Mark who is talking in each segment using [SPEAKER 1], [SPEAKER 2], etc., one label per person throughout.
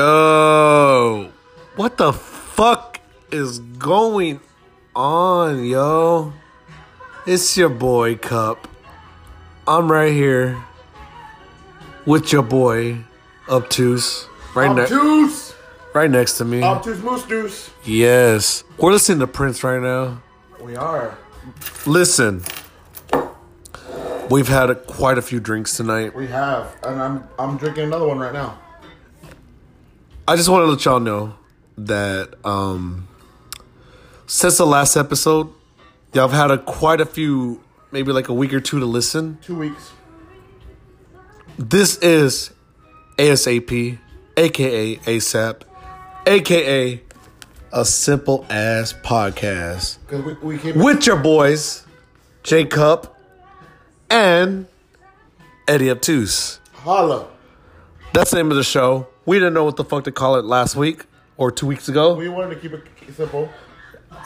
[SPEAKER 1] Yo, what the fuck is going on, yo? It's your boy Cup. I'm right here with your boy Obtuse, right next,
[SPEAKER 2] Obtuse!
[SPEAKER 1] right next to me.
[SPEAKER 2] Obtuse Moose Deuce.
[SPEAKER 1] Yes, we're listening to Prince right now.
[SPEAKER 2] We are.
[SPEAKER 1] Listen, we've had a, quite a few drinks tonight.
[SPEAKER 2] We have. And I'm I'm drinking another one right now.
[SPEAKER 1] I just want to let y'all know that um, since the last episode, y'all have had a quite a few, maybe like a week or two to listen.
[SPEAKER 2] Two weeks.
[SPEAKER 1] This is ASAP, aka ASAP, aka a simple ass podcast
[SPEAKER 2] Because we, we came
[SPEAKER 1] with your boys, J Cup and Eddie Obtuse.
[SPEAKER 2] holla.
[SPEAKER 1] That's the name of the show. We didn't know what the fuck to call it last week or two weeks ago.
[SPEAKER 2] We wanted to keep it simple.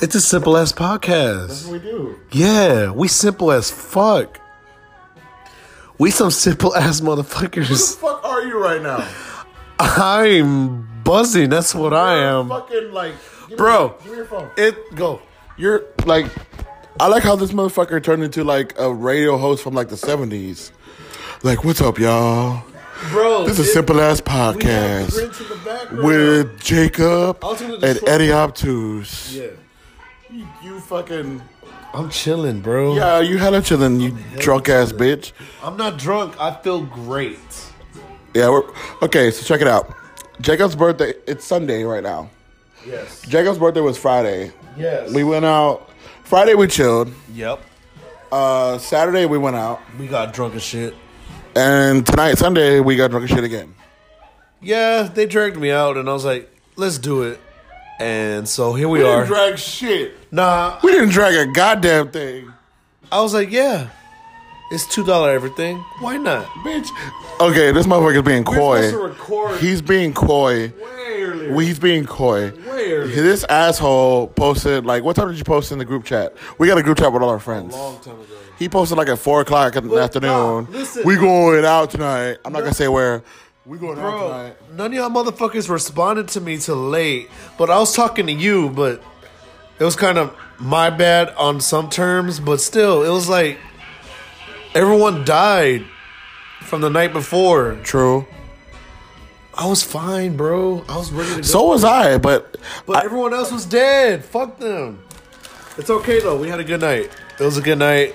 [SPEAKER 1] It's a simple ass
[SPEAKER 2] That's
[SPEAKER 1] podcast.
[SPEAKER 2] what we do.
[SPEAKER 1] Yeah, we simple as fuck. We some simple ass
[SPEAKER 2] Who the
[SPEAKER 1] motherfuckers.
[SPEAKER 2] fuck are you right now?
[SPEAKER 1] I'm buzzing. That's what I am.
[SPEAKER 2] Fucking like. give
[SPEAKER 1] Bro.
[SPEAKER 2] Me, give me your phone.
[SPEAKER 1] It go.
[SPEAKER 2] You're like. I like how this motherfucker turned into like a radio host from like the 70s. Like, what's up, y'all?
[SPEAKER 1] Bro,
[SPEAKER 2] This is simple ass podcast
[SPEAKER 1] Prince in the background.
[SPEAKER 2] with Jacob
[SPEAKER 1] I was gonna
[SPEAKER 2] and
[SPEAKER 1] destroy-
[SPEAKER 2] Eddie Obtuse.
[SPEAKER 1] yeah.
[SPEAKER 2] You, you fucking.
[SPEAKER 1] I'm chilling, bro.
[SPEAKER 2] Yeah, you hella chillin', you drunk ass bitch.
[SPEAKER 1] I'm not drunk. I feel great.
[SPEAKER 2] Yeah, we're okay. So check it out. Jacob's birthday. It's Sunday right now.
[SPEAKER 1] Yes.
[SPEAKER 2] Jacob's birthday was Friday.
[SPEAKER 1] Yes.
[SPEAKER 2] We went out. Friday we chilled.
[SPEAKER 1] Yep.
[SPEAKER 2] Uh, Saturday we went out,
[SPEAKER 1] We got drunk as shit.
[SPEAKER 2] and tonight Sunday we got drunk as shit again.
[SPEAKER 1] Yeah, they dragged me out, and I was like, "Let's do it." And so here we, are.
[SPEAKER 2] drag shit.
[SPEAKER 1] nah,
[SPEAKER 2] We didn't drag a goddamn thing,
[SPEAKER 1] I was like, "Yeah, it's two dollar everything. Why not?"
[SPEAKER 2] bitch. Okay, this motherfucker's being coy.
[SPEAKER 1] supposed to record-
[SPEAKER 2] He's being coy.
[SPEAKER 1] Way earlier.
[SPEAKER 2] Well, he's being coy.
[SPEAKER 1] Way earlier.
[SPEAKER 2] This asshole posted like, what time did you post in the group chat? We got a group chat with all our friends.
[SPEAKER 1] time ago.
[SPEAKER 2] He posted like at four o'clock in the afternoon.
[SPEAKER 1] nah, listen.
[SPEAKER 2] we going out tonight. I'm not gonna say where. We going out
[SPEAKER 1] Bro,
[SPEAKER 2] tonight.
[SPEAKER 1] none of y'all motherfuckers responded to me till late, but I was talking to you, but it was kind of my bad on some terms, but still, it was like everyone died from the night before.
[SPEAKER 2] True.
[SPEAKER 1] I was fine, bro. I was ready to go.
[SPEAKER 2] So was I, but
[SPEAKER 1] But everyone else was dead. Fuck them. It's okay though. We had a good night. It was a good night.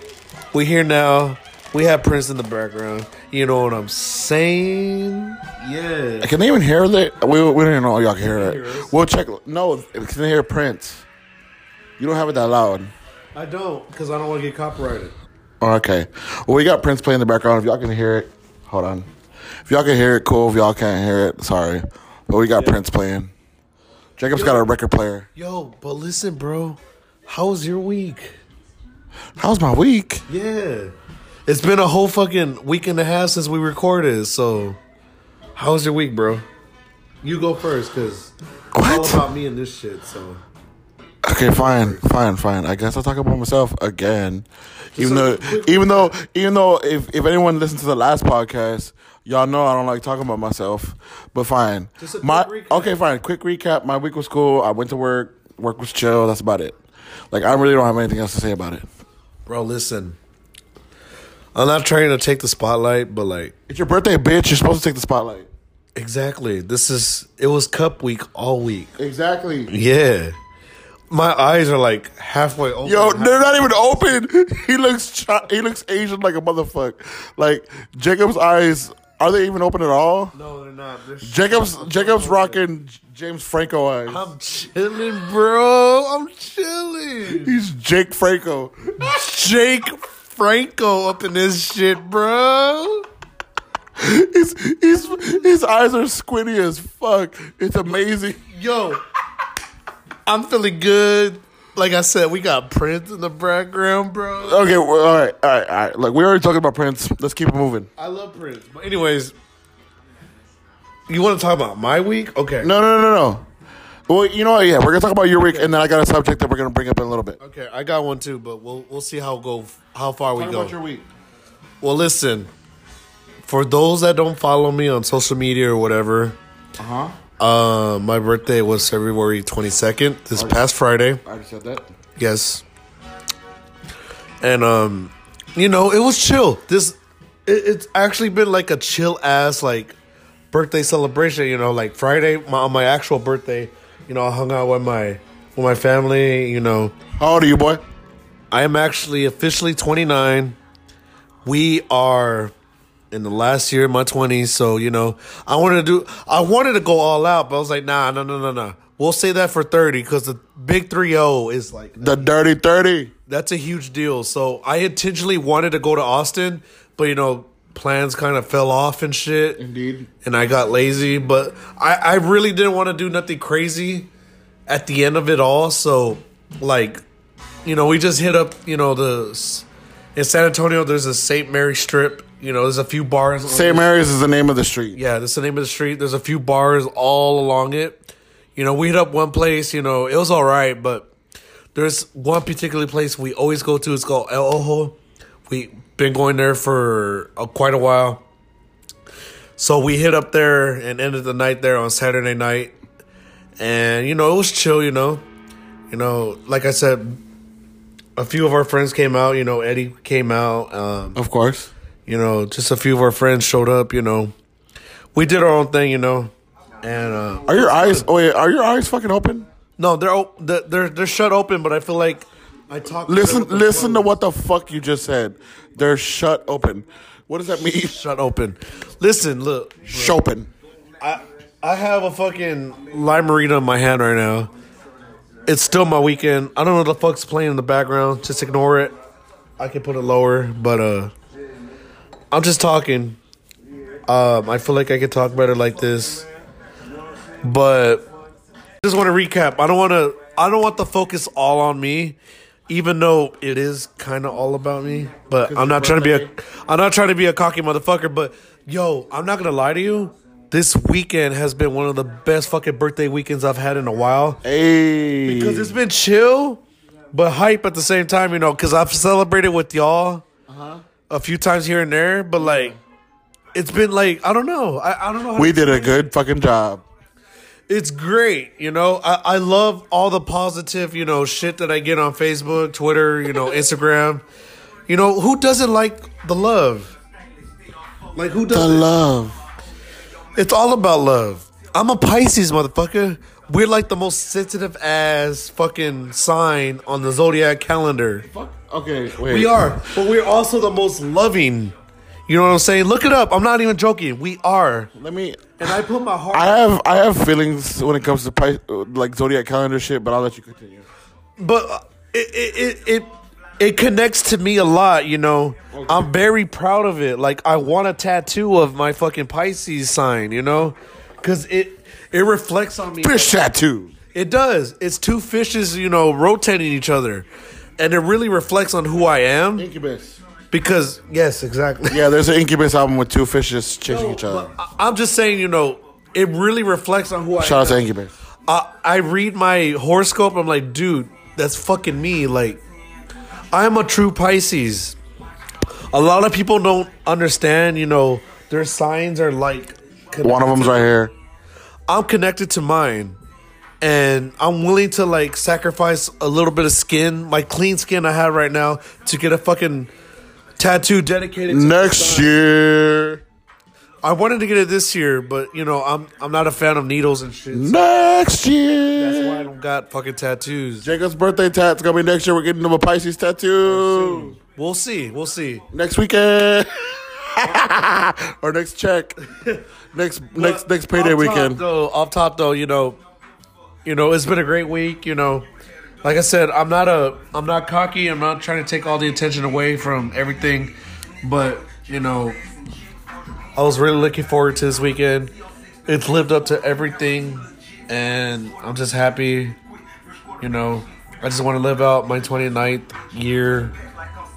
[SPEAKER 1] We here now. We have Prince in the background. You know what I'm saying? Yeah.
[SPEAKER 2] can they even hear it? We, we don't even know if y'all can hear
[SPEAKER 1] hear us.
[SPEAKER 2] it. We'll check. No, can they hear Prince? You don't have it that loud.
[SPEAKER 1] I don't, because I don't want to get copyrighted.
[SPEAKER 2] Oh, okay. Well, we got Prince playing in the background. If y'all can hear it, hold on. If y'all can hear it, cool. If y'all can't hear it, sorry. But we got Prince playing. Jacob's got a record player.
[SPEAKER 1] Yo, but listen, bro. How was your week?
[SPEAKER 2] How's my week?
[SPEAKER 1] Yeah. It's been a whole fucking week and a half since we recorded, so how was your week, bro? You go first, cause
[SPEAKER 2] What?
[SPEAKER 1] it's all about me and this shit, so
[SPEAKER 2] Okay, fine, fine, fine. I guess I'll talk about myself again. Even
[SPEAKER 1] a
[SPEAKER 2] though,
[SPEAKER 1] quick-
[SPEAKER 2] even though, even though, if if anyone listened to the last podcast, y'all know I don't like talking about myself. But fine.
[SPEAKER 1] Just a quick
[SPEAKER 2] my
[SPEAKER 1] recap.
[SPEAKER 2] okay, fine. Quick recap. My week was cool. I went to work. Work was chill. That's about it. Like I really don't have anything else to say about it.
[SPEAKER 1] Bro, listen. I'm not trying to take the spotlight, but like
[SPEAKER 2] It's your birthday, bitch. You're supposed to take the spotlight.
[SPEAKER 1] exactly. This is it was cup week all week.
[SPEAKER 2] Exactly.
[SPEAKER 1] Yeah. My eyes are like halfway open.
[SPEAKER 2] Yo,
[SPEAKER 1] Half-
[SPEAKER 2] they're not even open. He looks chi- he looks Asian like a motherfucker. Like Jacob's eyes are they even open at all?
[SPEAKER 1] No, they're not. They're sh-
[SPEAKER 2] Jacob's Jacob's rocking J- James Franco eyes.
[SPEAKER 1] I'm chilling, bro. I'm chilling.
[SPEAKER 2] He's Jake Franco.
[SPEAKER 1] Jake Franco up in this shit, bro.
[SPEAKER 2] His, his, his eyes are squinty as fuck. It's amazing.
[SPEAKER 1] Yo, I'm feeling good. Like I said, we got Prince in the background, bro.
[SPEAKER 2] Okay, well, all right, all right, all right. Look, we already talking about Prince. Let's keep it moving.
[SPEAKER 1] I love Prince. But anyways, you want to talk about my week? Okay.
[SPEAKER 2] No, no, no, no. Well, you know what? Yeah, we're gonna talk about your week, and then I got a subject that we're gonna bring up in a little bit.
[SPEAKER 1] Okay, I got one too, but we'll we'll see how go how far we
[SPEAKER 2] Talk
[SPEAKER 1] go.
[SPEAKER 2] about your week.
[SPEAKER 1] Well, listen. For those that don't follow me on social media or whatever,
[SPEAKER 2] Uh huh.
[SPEAKER 1] uh, my birthday was February 22nd, this
[SPEAKER 2] Oh.
[SPEAKER 1] past Friday.
[SPEAKER 2] I already said that.
[SPEAKER 1] Yes. And um, you know, it was chill. This it, it's actually been like a chill ass like birthday celebration, you know, like Friday, my on my actual birthday, you know, I hung out with my with my family, you know.
[SPEAKER 2] How old are you, boy?
[SPEAKER 1] I am actually officially 29. We are in the last year of my 20s, so you know, I wanted to do I wanted to go all out, but I was like, nah, no, no, no, no. We'll say that for 30 cuz the big 30 is like
[SPEAKER 2] The dirty thirty.
[SPEAKER 1] that's a huge deal. So I intentionally wanted to go to Austin, but you know, plans kind of fell off and shit.
[SPEAKER 2] Indeed.
[SPEAKER 1] And I got lazy, but I, I really didn't want to do nothing crazy at the end of it all. So, like, you know, we just hit up, you know, the in San Antonio, there's a St. Mary strip. You know, there's a few bars.
[SPEAKER 2] St. Mary's is the name of the street.
[SPEAKER 1] Yeah, that's the name of the street. There's a few bars all along it. You know, we hit up one place, you know, it was all right, but there's one particular place we always go to. It's called El Ojo. We've been going there for uh, quite a while. So we hit up there and ended the night there on Saturday night. And, you know, it was chill, you know. You know, like I said, a few of our friends came out. You know, Eddie came out. Um,
[SPEAKER 2] Of course.
[SPEAKER 1] you know, just a few of our friends showed up, you know. We did our own thing, you know. And uh,
[SPEAKER 2] Are your eyes? Oh, wait, are your eyes fucking open?
[SPEAKER 1] no, they're op- they're they're- they're shut open, but I feel like I talk
[SPEAKER 2] Listen, listen to what the fuck you just said. They're shut open. What does that mean?
[SPEAKER 1] shut open. Listen, look.
[SPEAKER 2] Shopen.
[SPEAKER 1] I I have a fucking lime marita in my hand right now. It's still my weekend. I don't know what the fuck's playing in the background. Just ignore it. I can put it lower, but uh I'm just talking. Um I feel like I could talk better like this. But I just want to recap. I don't want to I don't want the focus all on me even though it is kind of all about me, but I'm not trying to be a I'm not trying to be a cocky motherfucker, but yo, I'm not going to lie to you. This weekend has been one of the best fucking birthday weekends I've had in a while
[SPEAKER 2] Hey.
[SPEAKER 1] because it's been chill, but hype at the same time. You know, because I've celebrated with y'all a few times here and there, but like, it's been like I don't know. I, I don't know. How
[SPEAKER 2] we did a good fucking job.
[SPEAKER 1] it's great. You know, I, I love all the positive. You know, shit that I get on Facebook, Twitter. You know, Instagram. You know, who doesn't like the love? Like who
[SPEAKER 2] The
[SPEAKER 1] doesn't?
[SPEAKER 2] love.
[SPEAKER 1] It's all about love. I'm a Pisces motherfucker. We're like the most sensitive ass fucking sign on the zodiac calendar.
[SPEAKER 2] Okay, wait.
[SPEAKER 1] We are, but we're also the most loving. You know what I'm saying? Look it up. I'm not even joking. We are.
[SPEAKER 2] Let me.
[SPEAKER 1] And I put my heart.
[SPEAKER 2] I have I have feelings when it comes to Pi- like zodiac calendar shit, but I'll let you continue.
[SPEAKER 1] but uh, it it it. it it connects to me a lot, you know. I'm very proud of it. Like I want a tattoo of my fucking Pisces sign, you know, because it it reflects on me.
[SPEAKER 2] Fish tattoo.
[SPEAKER 1] It does. It's two fishes, you know, rotating each other, and it really reflects on who I am.
[SPEAKER 2] Incubus.
[SPEAKER 1] Because yes, exactly.
[SPEAKER 2] Yeah, there's an Incubus album with two fishes chasing each other.
[SPEAKER 1] I- I'm just saying, you know, it really reflects on who I
[SPEAKER 2] Shout out
[SPEAKER 1] am.
[SPEAKER 2] to Incubus.
[SPEAKER 1] I, I read my horoscope. I'm like, dude, that's fucking me. Like, I'm a true Pisces. A lot of people don't understand. You know, their signs are like.
[SPEAKER 2] One of them's right here.
[SPEAKER 1] I'm connected to mine, and I'm willing to like sacrifice a little bit of skin, my clean skin I have right now, to get a fucking tattoo dedicated. to
[SPEAKER 2] Next year.
[SPEAKER 1] I wanted to get it this year, but you know, I'm I'm not a fan of needles and shit. so
[SPEAKER 2] Next year.
[SPEAKER 1] That's why I don't got fucking tattoos.
[SPEAKER 2] Jacob's birthday tat's gonna be next year. We're getting him a Pisces tattoo
[SPEAKER 1] We'll see. We'll see.
[SPEAKER 2] next weekend, or next check, next next next payday
[SPEAKER 1] off
[SPEAKER 2] weekend.
[SPEAKER 1] Top, though, off top though, you know, you know, it's been a great week. You know, like I said, I'm not a, I'm not cocky. I'm not trying to take all the attention away from everything, but you know, I was really looking forward to this weekend. It's lived up to everything, and I'm just happy. You know, I just want to live out my 29th year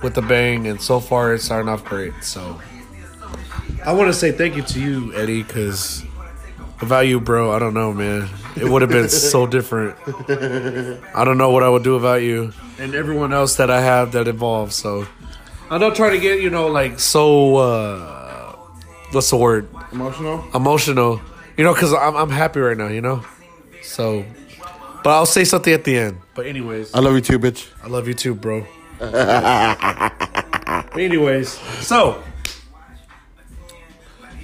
[SPEAKER 1] with a bang, and so far it's starting off great. So. I want to say thank you to you, Eddie, because without you, bro, I don't know, man. It would have been so different. I don't know what I would do without you and everyone else that I have that involved. So I'm not trying to get you know like so. uh What's the word?
[SPEAKER 2] Emotional?
[SPEAKER 1] Emotional. You know, because I'm I'm happy right now. You know, so. But I'll say something at the end. But anyways,
[SPEAKER 2] I love you too, bitch.
[SPEAKER 1] I love you too, bro. anyways, so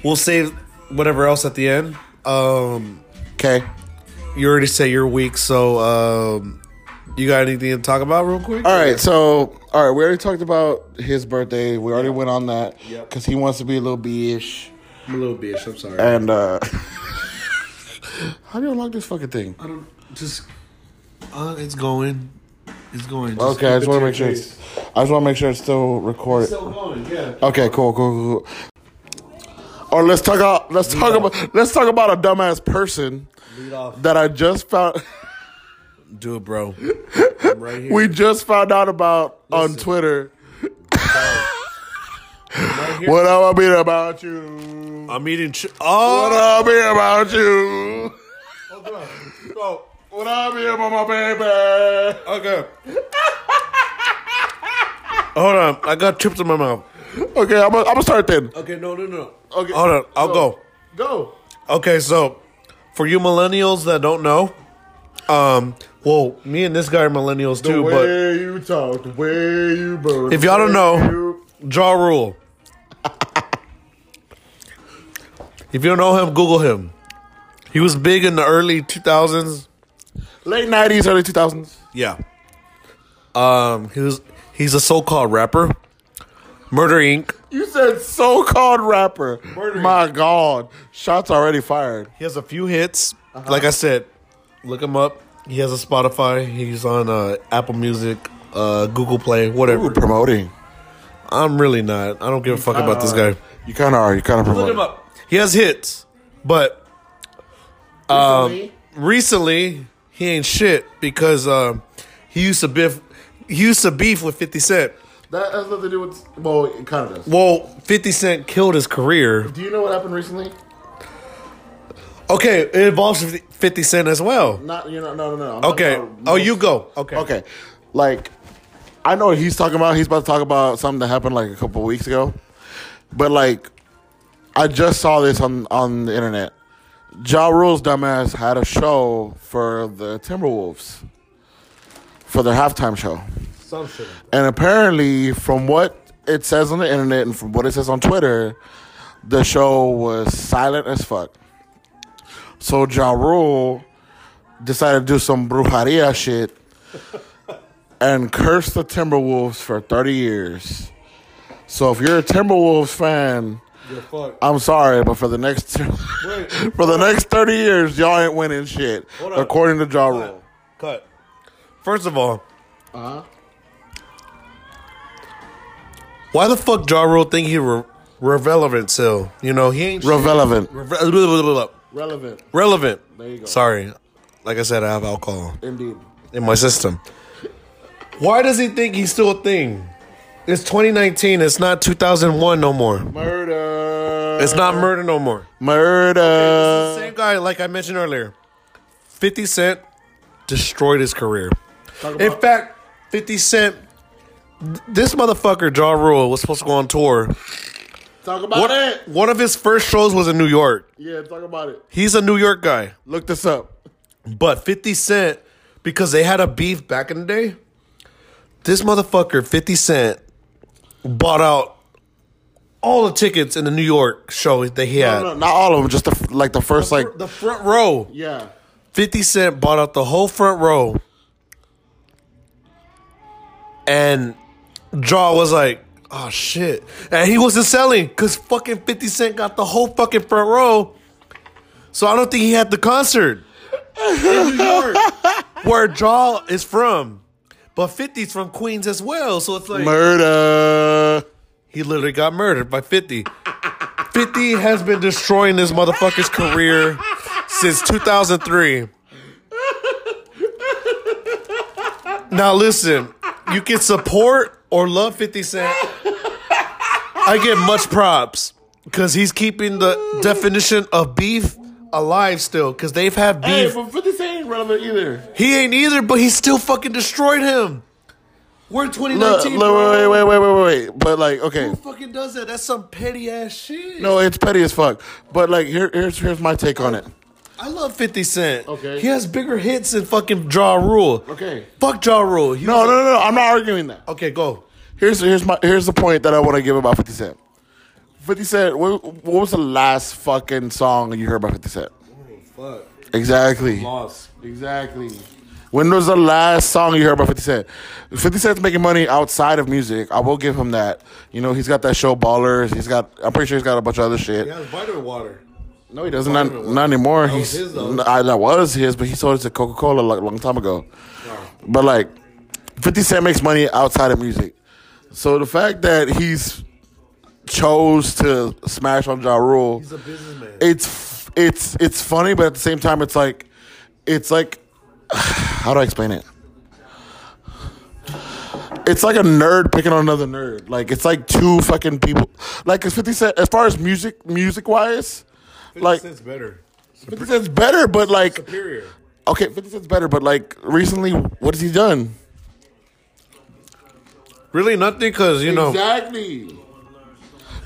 [SPEAKER 1] we'll save whatever else at the end. Um.
[SPEAKER 2] Okay.
[SPEAKER 1] You already said your week, so um, you got anything to talk about real quick?
[SPEAKER 2] All right, so all right, we already talked about his birthday. We already went on that
[SPEAKER 1] Yep.
[SPEAKER 2] because he wants to be a little b-ish.
[SPEAKER 1] I'm a little bitch. I'm sorry.
[SPEAKER 2] And uh how do you unlock this fucking thing?
[SPEAKER 1] I don't just. Uh, it's going. It's going. Just
[SPEAKER 2] Okay, I
[SPEAKER 1] keep
[SPEAKER 2] just
[SPEAKER 1] it
[SPEAKER 2] want to
[SPEAKER 1] your
[SPEAKER 2] make sure.
[SPEAKER 1] face.
[SPEAKER 2] It's, I just want to make sure it's still recorded.
[SPEAKER 1] Still going. Yeah.
[SPEAKER 2] Okay, cool, cool, cool. cool. Or let's talk about let's talk about let's talk about a dumbass person
[SPEAKER 1] Lead off.
[SPEAKER 2] that I just found.
[SPEAKER 1] Do it, bro. I'm right here.
[SPEAKER 2] We just found out about on
[SPEAKER 1] Listen.
[SPEAKER 2] Twitter.
[SPEAKER 1] right here.
[SPEAKER 2] What I mean about you?
[SPEAKER 1] I'm eating. Ch-
[SPEAKER 2] What
[SPEAKER 1] oh.
[SPEAKER 2] I mean about you?
[SPEAKER 1] Go.
[SPEAKER 2] What I mean about my baby?
[SPEAKER 1] Okay. Hold on. I got chips in my mouth.
[SPEAKER 2] Okay, I'm gonna I'm start then.
[SPEAKER 1] Okay. No. No. No.
[SPEAKER 2] Okay,
[SPEAKER 1] Hold on. I'll
[SPEAKER 2] so-
[SPEAKER 1] go.
[SPEAKER 2] Go.
[SPEAKER 1] Okay, so for you millennials that don't know, um, well, me and this guy are millennials
[SPEAKER 2] The
[SPEAKER 1] too,
[SPEAKER 2] way
[SPEAKER 1] but
[SPEAKER 2] you talk, the way you burn.
[SPEAKER 1] if y'all don't know,
[SPEAKER 2] You,
[SPEAKER 1] Jaw Rule. if you don't know him, Google him. He was big in the early 2000s.
[SPEAKER 2] late '90s, early 2000s.
[SPEAKER 1] Yeah. Um, he was he's a so-called rapper. Murder Inc.
[SPEAKER 2] You said so-called rapper. My God, shots already fired.
[SPEAKER 1] He has a few hits. Like I said, look him up. He has a Spotify. He's on uh, Apple Music, uh, Google Play, whatever.
[SPEAKER 2] Ooh, promoting.
[SPEAKER 1] I'm really not. I don't give a fuck about this guy.
[SPEAKER 2] You kind of are. You kind of promoting.
[SPEAKER 1] up. He has hits, but um, recently he ain't shit because um, he used to biff. He used to beef with Fifty Cent.
[SPEAKER 2] That has nothing to do with. Well, it kind of does.
[SPEAKER 1] Well, Fifty Cent killed his career.
[SPEAKER 2] Do you know what happened recently?
[SPEAKER 1] Okay, it involves 50 Fifty Cent as well.
[SPEAKER 2] Not you know. No, no, no. I'm talking
[SPEAKER 1] Okay.
[SPEAKER 2] about
[SPEAKER 1] Oh,
[SPEAKER 2] most-
[SPEAKER 1] you go. Okay.
[SPEAKER 2] Okay, like I know what he's talking about. He's about to talk about something that happened like a couple weeks ago, but like I just saw this on on the internet. Ja Rule's dumbass had a show for the Timberwolves for their halftime show.
[SPEAKER 1] Some shit.
[SPEAKER 2] And apparently, from what it says on the internet and from what it says on Twitter, the show was silent as fuck. So Ja Rule decided to do some brujeria shit and curse the Timberwolves for 30 years. So if you're a Timberwolves fan,
[SPEAKER 1] You're fucked.
[SPEAKER 2] I'm sorry, but for the next
[SPEAKER 1] Wait.
[SPEAKER 2] for the next 30 years, y'all ain't winning shit,
[SPEAKER 1] Hold on.
[SPEAKER 2] according to Ja Rule.
[SPEAKER 1] Cut. First of all,
[SPEAKER 2] Uh-huh.
[SPEAKER 1] why the fuck Ja Rule think he re- relevant still? You know he ain't shit.
[SPEAKER 2] Relevant.
[SPEAKER 1] Reve-
[SPEAKER 2] Relevant.
[SPEAKER 1] relevant.
[SPEAKER 2] There you go.
[SPEAKER 1] Sorry. Like I said, I have alcohol
[SPEAKER 2] Indeed.
[SPEAKER 1] in my system. Why does he think he's still a thing? It's 2019. It's not 2001 no more.
[SPEAKER 2] Murder.
[SPEAKER 1] It's not murder no more.
[SPEAKER 2] Murder.
[SPEAKER 1] Same guy, like I mentioned earlier, 50 Cent destroyed his career. In fact, 50 Cent, th- this motherfucker, Ja Rule, was supposed to go on tour.
[SPEAKER 2] Talk about
[SPEAKER 1] One,
[SPEAKER 2] it.
[SPEAKER 1] one of his first shows was in New York.
[SPEAKER 2] Yeah, talk about it.
[SPEAKER 1] He's a New York guy.
[SPEAKER 2] Look this up.
[SPEAKER 1] But 50 Cent, because they had a beef back in the day, this motherfucker, 50 Cent, bought out all the tickets in the New York show that he had.
[SPEAKER 2] No, no, not all of them. Just the, like the first like.
[SPEAKER 1] The front row.
[SPEAKER 2] Yeah.
[SPEAKER 1] 50 Cent bought out the whole front row. And Jaw was like, oh shit. And he wasn't selling because fucking 50 Cent got the whole fucking front row. So I don't think he had the concert in New York where Jaw is from. But 50's from Queens as well. So it's like
[SPEAKER 2] Murder.
[SPEAKER 1] he literally got murdered by 50. 50 has been destroying this motherfucker's career since 2003. Now listen, you can support or love 50 Cent. I give much props because he's keeping the definition of beef alive still because they've had
[SPEAKER 2] Hey,
[SPEAKER 1] beef.
[SPEAKER 2] but 50 Cent ain't relevant either.
[SPEAKER 1] he ain't either, but he still fucking destroyed him. We're in
[SPEAKER 2] Look,
[SPEAKER 1] 2019.
[SPEAKER 2] look, wait,
[SPEAKER 1] bro.
[SPEAKER 2] wait, wait, wait, wait, wait. But like, okay,
[SPEAKER 1] Who fucking does that? That's some petty ass shit.
[SPEAKER 2] no, it's petty as fuck. But like, here, here's here's my take on it.
[SPEAKER 1] I love 50 Cent.
[SPEAKER 2] Okay.
[SPEAKER 1] He has bigger hits than fucking Jaw Rule.
[SPEAKER 2] Okay.
[SPEAKER 1] Fuck Jaw Rule. He
[SPEAKER 2] No, no, no, no. I'm not arguing that.
[SPEAKER 1] Okay, go.
[SPEAKER 2] Here's here's my here's the point that I want to give about Fifty Cent. Fifty Cent. What, what was the last fucking song you heard about Fifty Cent?
[SPEAKER 1] Fuck.
[SPEAKER 2] Exactly.
[SPEAKER 1] Lost.
[SPEAKER 2] Exactly. When was the last song you heard about 50 Cent? 50 Cent's making money outside of music. I will give him that. You know, he's got that show Ballers. He's got, I'm pretty sure he's got a bunch of other shit.
[SPEAKER 1] has vitamin water.
[SPEAKER 2] No, he doesn't. Not, not anymore.
[SPEAKER 1] was
[SPEAKER 2] He's
[SPEAKER 1] his, though.
[SPEAKER 2] n- I, that was his, but he sold it to Coca Cola like a long time ago. But like, Fifty Cent makes money outside of music, so the fact that he's chose to smash on Ja Rule,
[SPEAKER 1] He's a businessman.
[SPEAKER 2] it's f- it's it's funny, but at the same time, it's like it's like how do I explain it? It's like a nerd picking on another nerd. Like it's like two fucking people. Like it's Fifty Cent, as far as music music wise, like
[SPEAKER 1] Cent's better.
[SPEAKER 2] 50 Cent's better, but like
[SPEAKER 1] Superior.
[SPEAKER 2] okay, 50 Cent's better, but like recently, what has he done?
[SPEAKER 1] Really nothing because, you know,
[SPEAKER 2] Exactly.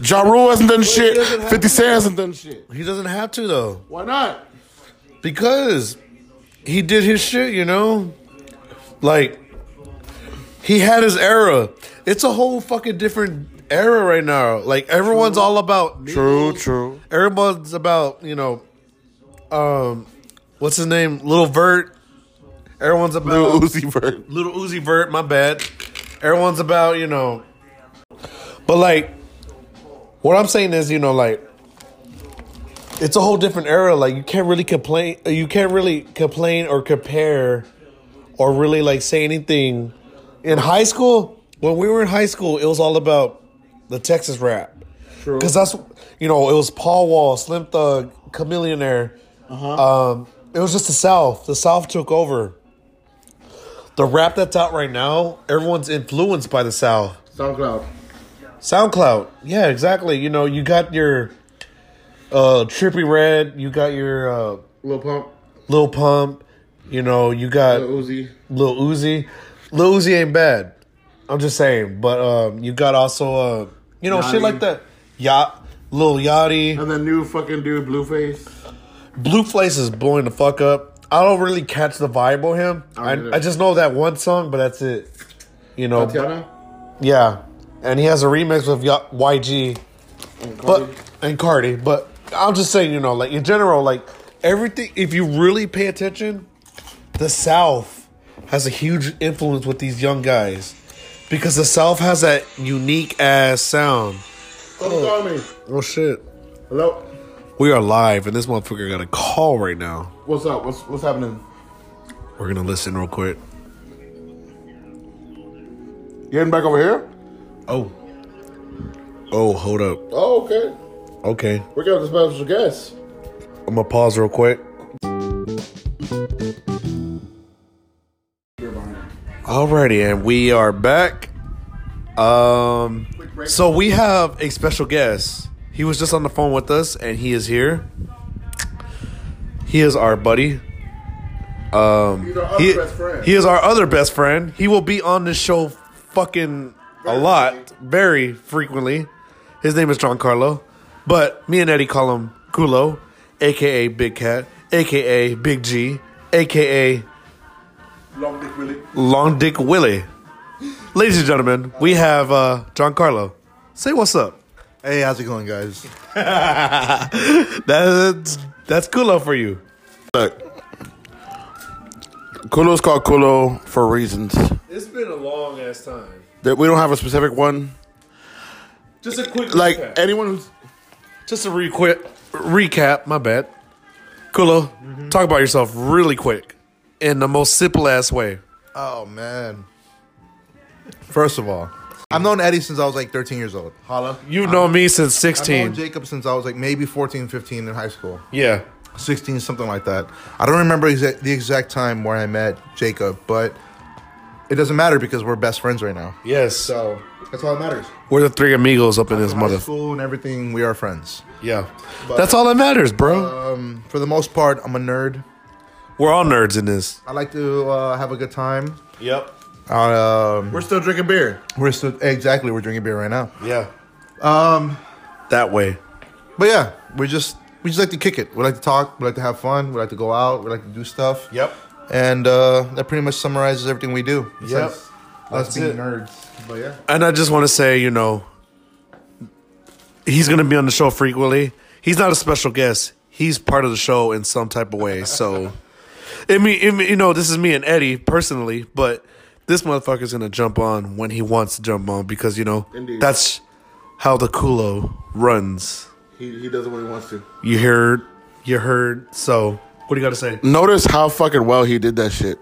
[SPEAKER 2] Ja Rule hasn't done shit.
[SPEAKER 1] doesn't have
[SPEAKER 2] 50
[SPEAKER 1] to.
[SPEAKER 2] Cent hasn't done shit.
[SPEAKER 1] he doesn't have to, though.
[SPEAKER 2] Why not?
[SPEAKER 1] Because he did his shit, you know? Like, he had his era. It's a whole fucking different era right now. Like, everyone's all about.
[SPEAKER 2] True, true.
[SPEAKER 1] Everyone's about, you know, um, what's his name? Little Vert. Everyone's about.
[SPEAKER 2] Lil Uzi Vert.
[SPEAKER 1] Little Uzi Vert, my bad. Everyone's about, you know. But like what I'm saying is, you know, like it's a whole different era. Like you can't really complain you can't really complain or compare or really like say anything. In high school, when we were in high school, it was all about the Texas rap. Cuz that's you know, it was Paul Wall, Slim Thug, Chameleonaire. Um it was just the South. The South took over the rap that's out right now, everyone's influenced by the South.
[SPEAKER 2] SoundCloud.
[SPEAKER 1] SoundCloud. Yeah, exactly. You know, you got your uh Trippy Red, you got your uh
[SPEAKER 2] Lil Pump.
[SPEAKER 1] Lil Pump, you know, you got
[SPEAKER 2] Uzi.
[SPEAKER 1] Lil Uzi. Lil Uzi ain't bad. I'm just saying, but um you got also uh you know, shit
[SPEAKER 2] Yachty.
[SPEAKER 1] like that. Yacht Lil Yachty.
[SPEAKER 2] And the new fucking dude, Blueface.
[SPEAKER 1] Blueface is blowing the fuck up. I don't really catch the vibe on him.
[SPEAKER 2] either.
[SPEAKER 1] I, I just know that one song, but that's it. You know,
[SPEAKER 2] Tiana.
[SPEAKER 1] Yeah, and he has a remix with Y- YG, but and Cardi. But I'm just saying, you know, like in general, like everything. If you really pay attention, the South has a huge influence with these young guys because the South has that unique ass sound.
[SPEAKER 2] Don't call me.
[SPEAKER 1] Oh shit,
[SPEAKER 2] Hello.
[SPEAKER 1] we are live, and this motherfucker got a call right now.
[SPEAKER 2] What's up? What's what's happening?
[SPEAKER 1] We're gonna listen real quick.
[SPEAKER 2] You heading back over here?
[SPEAKER 1] Oh, oh, hold up.
[SPEAKER 2] Oh, okay.
[SPEAKER 1] Okay,
[SPEAKER 2] We got the special guest.
[SPEAKER 1] I'm gonna pause real quick. Alrighty, and we are back. Um, so we have a special guest. He was just on the phone with us, and he is here. He is our buddy.
[SPEAKER 2] He's our other
[SPEAKER 1] He,
[SPEAKER 2] best friend.
[SPEAKER 1] he is our other best friend. He will be on this show fucking a lot, very frequently. His name is Giancarlo, but me and Eddie call him Kulo, aka Big Cat, aka Big G, aka
[SPEAKER 2] Long Dick Willie.
[SPEAKER 1] Long Dick Willie. Ladies and gentlemen, we have uh, Giancarlo. Say what's up.
[SPEAKER 3] Hey, how's it going, guys?
[SPEAKER 1] That's that's Kulo for you.
[SPEAKER 2] Look. Kulo's called Kulo for reasons.
[SPEAKER 1] It's been a long ass time.
[SPEAKER 2] That we don't have a specific one.
[SPEAKER 1] Just a quick
[SPEAKER 2] Like anyone who's
[SPEAKER 1] Just a re- quick recap, my bad. Kulo, talk about yourself really quick in the most simple ass way.
[SPEAKER 3] Oh man. First of all, I've known Eddie since I was like 13 years old. Holla.
[SPEAKER 1] You've known me since
[SPEAKER 3] I've known
[SPEAKER 1] 16.
[SPEAKER 3] Jacob since I was like maybe 14, 15 in high school,
[SPEAKER 1] yeah.
[SPEAKER 3] 16, something like that. I don't remember exa- the exact time where I met Jacob, but It doesn't matter because we're best friends right now.
[SPEAKER 1] Yes.
[SPEAKER 3] So that's all that matters.
[SPEAKER 1] We're the three amigos up in this
[SPEAKER 3] High
[SPEAKER 1] mother.
[SPEAKER 3] school and everything, we are friends.
[SPEAKER 1] Yeah. Uh, That's all that matters, bro.
[SPEAKER 3] Um, for the most part, I'm a nerd.
[SPEAKER 1] We're all nerds in this.
[SPEAKER 3] I like to uh, have a good time.
[SPEAKER 1] Yep.
[SPEAKER 3] Um,
[SPEAKER 2] We're still drinking beer.
[SPEAKER 3] we're still exactly we're drinking beer right now.
[SPEAKER 1] Yeah. Um, that way.
[SPEAKER 3] But yeah, we just we just like to kick it. We like to talk. We like to have fun. We like to go out. We like to do stuff.
[SPEAKER 1] Yep.
[SPEAKER 3] And uh, that pretty much summarizes everything we do. It's
[SPEAKER 1] Yep.
[SPEAKER 3] like Us
[SPEAKER 1] That's
[SPEAKER 3] being
[SPEAKER 1] it.
[SPEAKER 3] nerds. But yeah.
[SPEAKER 1] And I just want to say, you know, he's going to be on the show frequently. He's not a special guest. He's part of the show in some type of way. So, I mean, I mean, you know, this is me and Eddie personally, but this motherfucker's going to jump on when he wants to jump on because, you know,
[SPEAKER 2] Indeed.
[SPEAKER 1] that's how the culo runs.
[SPEAKER 2] He, he does what he wants to.
[SPEAKER 1] You heard, you heard. So, what do you got to say?
[SPEAKER 2] Notice how fucking well he did that shit.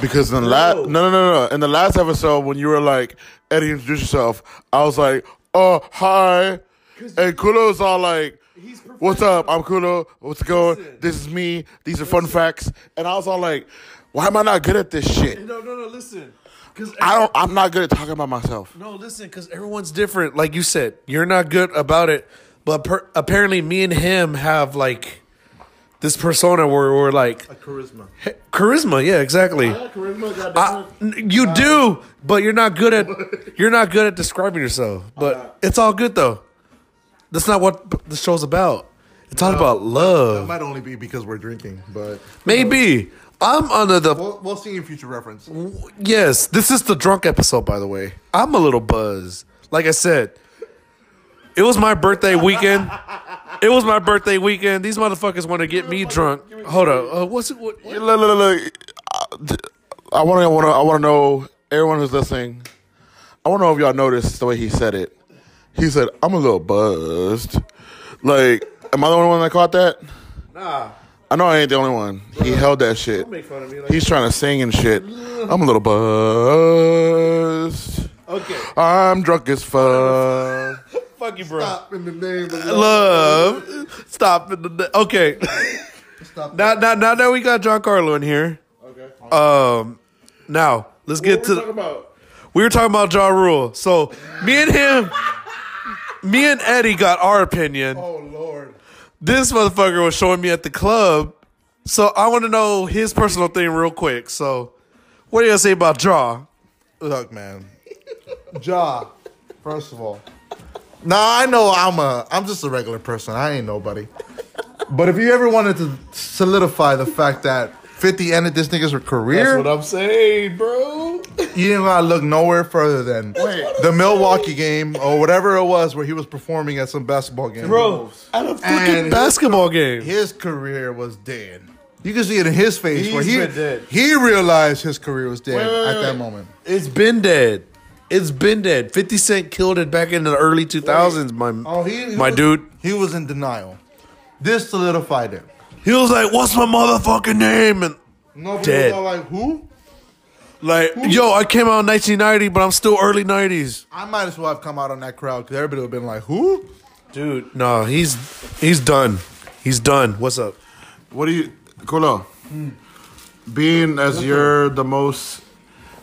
[SPEAKER 2] Because in the last no no no no in the last episode when you were like Eddie introduce yourself, I was like, oh hi, and Kulo's all like, what's up? I'm Kulo. What's going? This is me. These are fun facts. And I was all like, why am I not good at this shit?
[SPEAKER 1] No, no, no, listen. Because
[SPEAKER 2] I don't. I'm not good at talking about myself.
[SPEAKER 1] No, listen, because everyone's different. Like you said, you're not good about it, but per- apparently, me and him have like this persona where we're like
[SPEAKER 2] Charisma.
[SPEAKER 1] charisma. Yeah, exactly.
[SPEAKER 2] Charisma.
[SPEAKER 1] I- n- you do, but you're not good at you're not good at describing yourself. But it's all good though. That's not what p- the show's about. It's all about
[SPEAKER 3] It
[SPEAKER 1] love.
[SPEAKER 3] might only be because we're drinking, but
[SPEAKER 1] Maybe I'm under the
[SPEAKER 3] we'll, we'll see in future reference.
[SPEAKER 1] yes. This is the drunk episode, by the way. I'm a little buzzed. Like I said, it was my birthday weekend. It was my birthday weekend. These motherfuckers want to get me drunk. Hold on. Uh, what's it? What, what-
[SPEAKER 2] look, look, look, look. I want to, want to, I want to know everyone who's listening. I want to know if y'all noticed the way he said it. He said, "I'm a little buzzed." Like, am I the only one that caught that?
[SPEAKER 1] Nah.
[SPEAKER 2] I know I ain't the only one. He held that shit.
[SPEAKER 1] make fun of me like
[SPEAKER 2] He's trying to sing and shit. I'm a little buzzed.
[SPEAKER 1] Okay.
[SPEAKER 2] I'm drunk as fuck.
[SPEAKER 1] Fuck you, bro.
[SPEAKER 3] In the name of
[SPEAKER 1] Love. Stop. in the- Okay.
[SPEAKER 3] Stop.
[SPEAKER 1] now, now, now that we got John Carlo in here,
[SPEAKER 2] Okay.
[SPEAKER 1] um, now let's get to. the-
[SPEAKER 2] about?
[SPEAKER 1] We were talking about Ja Rule. So me and him, me and Eddie got our opinion.
[SPEAKER 3] Oh Lord.
[SPEAKER 1] This motherfucker was showing me at the club. So I want to know his personal thing real quick. So what do you say about Ja?
[SPEAKER 3] Look, man. Ja, first of all. Nah, I know I'm a I'm just a regular person. I ain't nobody. But if you ever wanted to solidify the fact that 50 ended this nigga's career,
[SPEAKER 1] I'm saying, bro.
[SPEAKER 3] you didn't gotta look nowhere further than the Milwaukee game or whatever it was where he was performing at some basketball game.
[SPEAKER 1] Bro, at a fucking
[SPEAKER 3] And-
[SPEAKER 1] basketball game.
[SPEAKER 3] his career was dead. You can see it in his face where
[SPEAKER 1] He's
[SPEAKER 3] he
[SPEAKER 1] been dead.
[SPEAKER 3] he realized his career was dead
[SPEAKER 2] wait,
[SPEAKER 3] at that
[SPEAKER 2] wait.
[SPEAKER 3] moment.
[SPEAKER 1] It's been dead. It's been dead. 50 Cent killed it back in the early 2000s, my my
[SPEAKER 3] was-
[SPEAKER 1] dude.
[SPEAKER 3] He was in denial. This solidified it.
[SPEAKER 1] He was like, "What's my motherfucking name?" and
[SPEAKER 3] No, people
[SPEAKER 1] Dead.
[SPEAKER 3] were like, who?
[SPEAKER 1] like, "Yo, I came out in 1990, but I'm still early 90s."
[SPEAKER 3] I might as well have come out on that crowd because everybody would have been like, who?
[SPEAKER 1] Dude, no, he's he's done. He's done. What's up?
[SPEAKER 2] What do you, Kulo? Being as you're the most,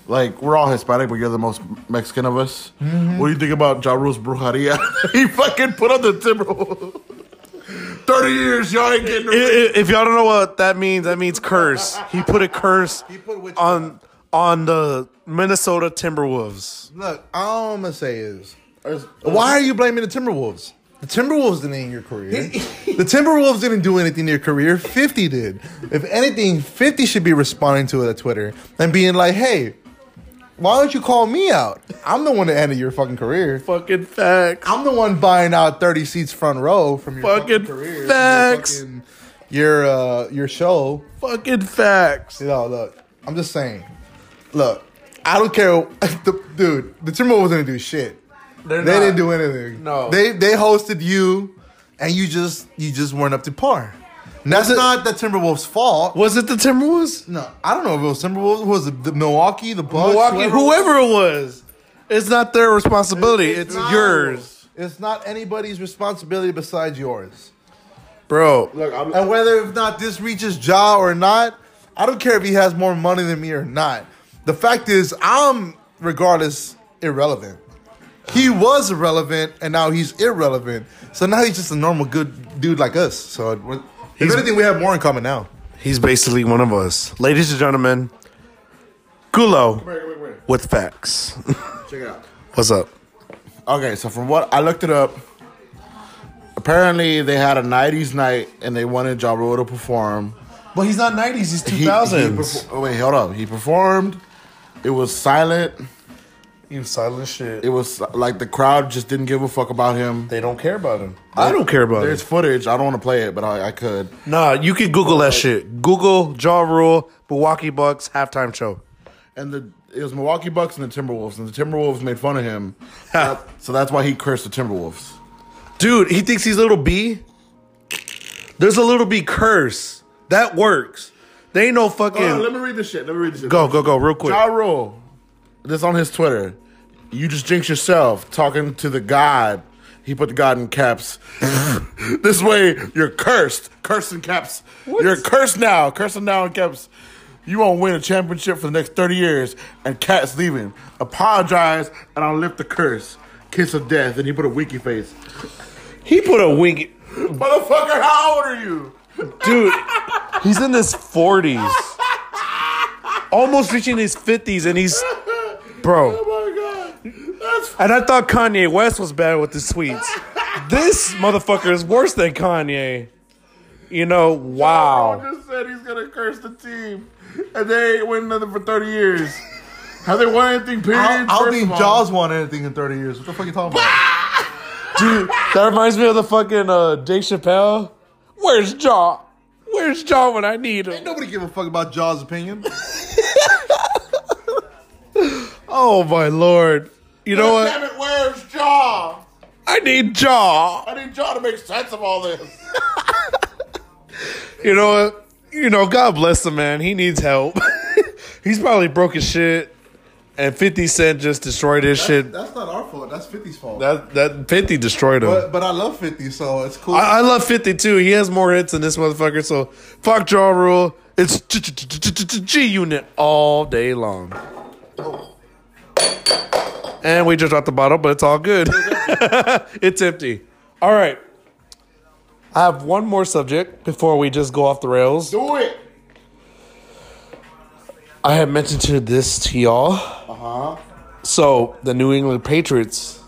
[SPEAKER 2] like we're all Hispanic, but you're the most Mexican of us. What do you think about Ja Rule's brujeria? he fucking put up the timber. Thirty years, y'all ain't getting.
[SPEAKER 1] I- i- If y'all don't know what that means, that means curse. He put a curse
[SPEAKER 3] put witchcraft.
[SPEAKER 1] on on the Minnesota Timberwolves.
[SPEAKER 3] Look, all I'm going to say is, why are you blaming the Timberwolves? The Timberwolves didn't end your career. the Timberwolves didn't do anything to your career. 50 did. If anything, 50 should be responding to it at Twitter and being like, hey, why don't you call me out? I'm the one that ended your fucking career.
[SPEAKER 1] Fucking facts.
[SPEAKER 3] I'm the one buying out 30 seats front row from your
[SPEAKER 1] Fucking
[SPEAKER 3] fucking, career.
[SPEAKER 1] facts.
[SPEAKER 3] From your, fucking, your, uh, your show.
[SPEAKER 1] Fucking facts.
[SPEAKER 3] You know, look, I'm just saying. Look, I don't care. The, dude, the Timberwolves didn't do shit.
[SPEAKER 1] They're
[SPEAKER 3] They
[SPEAKER 1] not.
[SPEAKER 3] didn't do anything.
[SPEAKER 1] No.
[SPEAKER 3] They they hosted you and you just you just weren't up to par. And that's
[SPEAKER 1] Was it-
[SPEAKER 3] not the Timberwolves' fault.
[SPEAKER 1] Was it the Timberwolves?
[SPEAKER 3] No, I don't know if it was Timberwolves. Who was it? The Milwaukee, the Bucks,
[SPEAKER 1] Milwaukee, whoever it was. It's not their responsibility. It's,
[SPEAKER 3] not-
[SPEAKER 1] yours.
[SPEAKER 3] It's not anybody's responsibility besides yours.
[SPEAKER 1] Bro,
[SPEAKER 2] Look, I'm,
[SPEAKER 3] And whether if not this reaches Ja or not, I don't care if he has more money than me or not. The fact is, I'm regardless irrelevant. He was irrelevant, and now he's irrelevant. So now he's just a normal good dude like us. So we're- if
[SPEAKER 1] He's-
[SPEAKER 3] anything, we have more in common now.
[SPEAKER 1] He's basically one of us. Ladies and gentlemen, Gulo with facts.
[SPEAKER 2] Check it out.
[SPEAKER 1] What's up?
[SPEAKER 2] Okay, so from what I looked it up, apparently they had a '90s night and they wanted Ja Rule to perform.
[SPEAKER 1] But he's not 90s, he's
[SPEAKER 2] He- he perfor- oh, wait, hold up. He performed. It was silent.
[SPEAKER 1] you silent shit.
[SPEAKER 2] It was like the crowd just didn't give a fuck about him.
[SPEAKER 1] They don't care about him. I don't care about him.
[SPEAKER 2] There's footage. I don't want to play it, but I, I could.
[SPEAKER 1] Nah, you can Google that shit. Google Jaw Rule, Milwaukee Bucks halftime show.
[SPEAKER 2] And the it was Milwaukee Bucks and the Timberwolves, and the Timberwolves made fun of him. That- so that's why he cursed the Timberwolves.
[SPEAKER 1] Dude, he thinks he's little B. There's a little B curse. That works. They ain't no fucking.
[SPEAKER 2] Hold on, Oh, let me read this shit. Let me read this shit.
[SPEAKER 1] go, go, go, real quick.
[SPEAKER 2] Ja Rule, this on his Twitter. You just jinx yourself talking to the God. He put the God in caps. this way, you're cursed. Cursed in caps. You're cursed now. Cursing now in caps. You won't win a championship for the next 30 years, and Cat's leaving. Apologize, and I'll lift the curse. Kiss of death, and he put a winky face.
[SPEAKER 1] He put a wink.
[SPEAKER 2] Motherfucker, how old are you?
[SPEAKER 1] Dude, he's in his 40s. Almost reaching his 50s, and he's. Bro.
[SPEAKER 2] Oh my god. That's
[SPEAKER 1] And I thought Kanye West was bad with the sweets. This motherfucker is worse than Kanye. You know, wow.
[SPEAKER 2] Paul just said he's gonna curse the team, and they ain't win nothing for thirty years. Have they won anything? Period.
[SPEAKER 3] I'll, I'll
[SPEAKER 2] First
[SPEAKER 3] be
[SPEAKER 2] of all.
[SPEAKER 3] Jaws won anything in 30 years. What the fuck you talking about?
[SPEAKER 1] Dude, that reminds me of the fucking uh, Dave Chappelle. Where's Jaw? Where's Jaw when I need him?
[SPEAKER 3] Nobody give a fuck about Jaws' opinion.
[SPEAKER 1] Oh my lord. You know
[SPEAKER 2] Damn
[SPEAKER 1] what?
[SPEAKER 2] it! Where's Jaw?
[SPEAKER 1] I need Jaw.
[SPEAKER 2] I need Jaw to make sense of all this.
[SPEAKER 1] You know what? You know, God bless the man. He needs help. He's probably broke as shit. And 50 Cent just destroyed his shit.
[SPEAKER 3] That's not our fault. That's 50's fault.
[SPEAKER 1] That that 50 destroyed him.
[SPEAKER 3] but, but I love 50, so it's cool.
[SPEAKER 1] I, I love 50 too. He has more hits than this motherfucker. So fuck Jaw Rule. It's G Unit all day long. And we just dropped the bottle, but it's all good. it's empty. All right. I have one more subject before we just go off the rails.
[SPEAKER 2] Do it.
[SPEAKER 1] I had mentioned to this to y'all. So the New England Patriots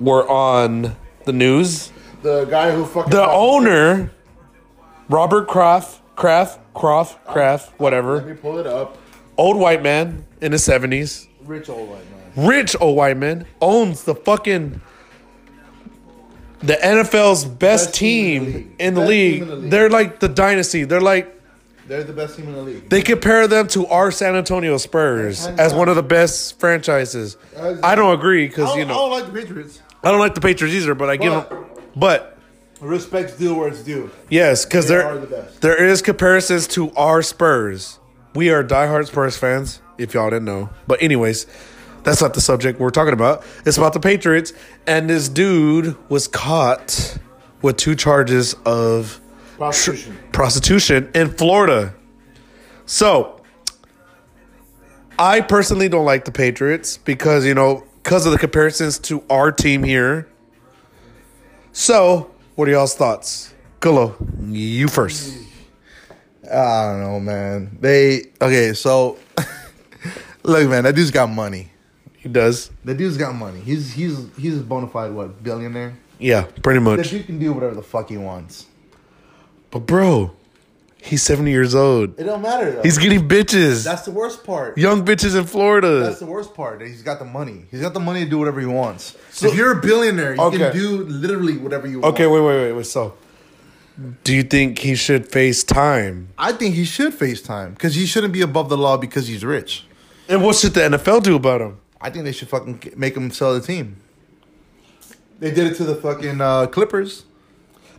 [SPEAKER 1] were on the news.
[SPEAKER 2] The guy who fucking
[SPEAKER 1] The owner, Robert Kraft, Kraft, Croft, Kraft,
[SPEAKER 2] Let
[SPEAKER 1] whatever,
[SPEAKER 2] me pull it up.
[SPEAKER 1] old white man in his seventies,
[SPEAKER 2] Rich old white man.
[SPEAKER 1] rich old white man owns the fucking the NFL's best,
[SPEAKER 3] Best team in
[SPEAKER 1] team in
[SPEAKER 3] the league.
[SPEAKER 1] the
[SPEAKER 3] Best
[SPEAKER 1] league.
[SPEAKER 3] team in the league.
[SPEAKER 1] They're like the dynasty. They're like
[SPEAKER 3] They're the best team in the league.
[SPEAKER 1] they compare them to our San Antonio Spurs as one of the best franchises. I don't agree because you
[SPEAKER 3] I don't
[SPEAKER 1] know
[SPEAKER 3] like the Patriots.
[SPEAKER 1] I don't like the Patriots either, but I give
[SPEAKER 3] But-
[SPEAKER 1] them. But
[SPEAKER 3] Respect's due where it's due.
[SPEAKER 1] Yes, because
[SPEAKER 3] They
[SPEAKER 1] there
[SPEAKER 3] are the best.
[SPEAKER 1] there is comparisons to our Spurs. We are diehard Spurs fans, if y'all didn't know. But anyways, that's not the subject we're talking about. It's about the Patriots, and this dude was caught with two charges of
[SPEAKER 2] Prostitution.
[SPEAKER 1] prostitution in Florida. So, I personally don't like the Patriots because, you know, because of the comparisons to our team here. So, what are y'all's thoughts? Golo, you first.
[SPEAKER 3] I don't know, man. They okay. So, look, man, that dude's got money.
[SPEAKER 1] He does.
[SPEAKER 3] That dude's got money. He's he's he's a bona fide what billionaire.
[SPEAKER 1] Yeah, pretty
[SPEAKER 3] That
[SPEAKER 1] much.
[SPEAKER 3] dude can do whatever the fuck he wants.
[SPEAKER 1] But, bro, he's 70 years old.
[SPEAKER 3] It don't matter though.
[SPEAKER 1] He's getting bitches.
[SPEAKER 3] that's the worst part.
[SPEAKER 1] Young bitches in Florida.
[SPEAKER 3] That's the worst part. that He's got the money. He's got the money to do whatever he wants. if you're a billionaire, you
[SPEAKER 1] Okay.
[SPEAKER 3] can do literally whatever you want.
[SPEAKER 1] Okay, wait, wait, wait, wait. So, do you think he should face time?
[SPEAKER 3] I think he should FaceTime because he shouldn't be above the law because he's rich.
[SPEAKER 1] And what should the NFL do about him?
[SPEAKER 3] I think they should fucking make him sell the team. They did it to the fucking uh, Clippers.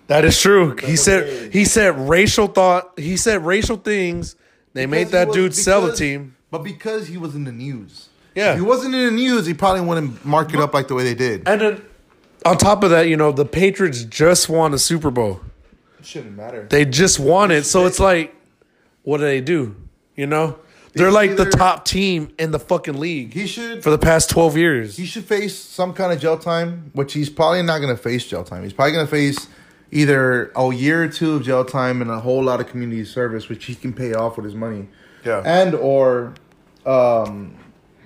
[SPEAKER 1] That is true. he
[SPEAKER 2] That's
[SPEAKER 1] said
[SPEAKER 2] okay.
[SPEAKER 1] he said racial thought. He said racial things. They made
[SPEAKER 3] Because
[SPEAKER 1] that
[SPEAKER 3] he
[SPEAKER 1] dude
[SPEAKER 3] was-
[SPEAKER 1] sell the
[SPEAKER 3] because-
[SPEAKER 1] team.
[SPEAKER 3] But because he was in the news.
[SPEAKER 1] Yeah.
[SPEAKER 3] If he wasn't in the news, he probably wouldn't mark it up like the way they did.
[SPEAKER 1] And then on top of that, you know, the Patriots just won a Super Bowl.
[SPEAKER 3] It shouldn't matter.
[SPEAKER 1] They just won it. So it's like, what do they do? You know, They're like the
[SPEAKER 3] either-
[SPEAKER 1] top team in the fucking league
[SPEAKER 3] He should
[SPEAKER 1] for the past 12 years.
[SPEAKER 3] he should face some kind of jail time, which he's probably not going to face jail time. He's probably going to face either a year or two of jail time and a whole lot of community service, which he can pay off with his money.
[SPEAKER 1] Yeah.
[SPEAKER 3] And or um,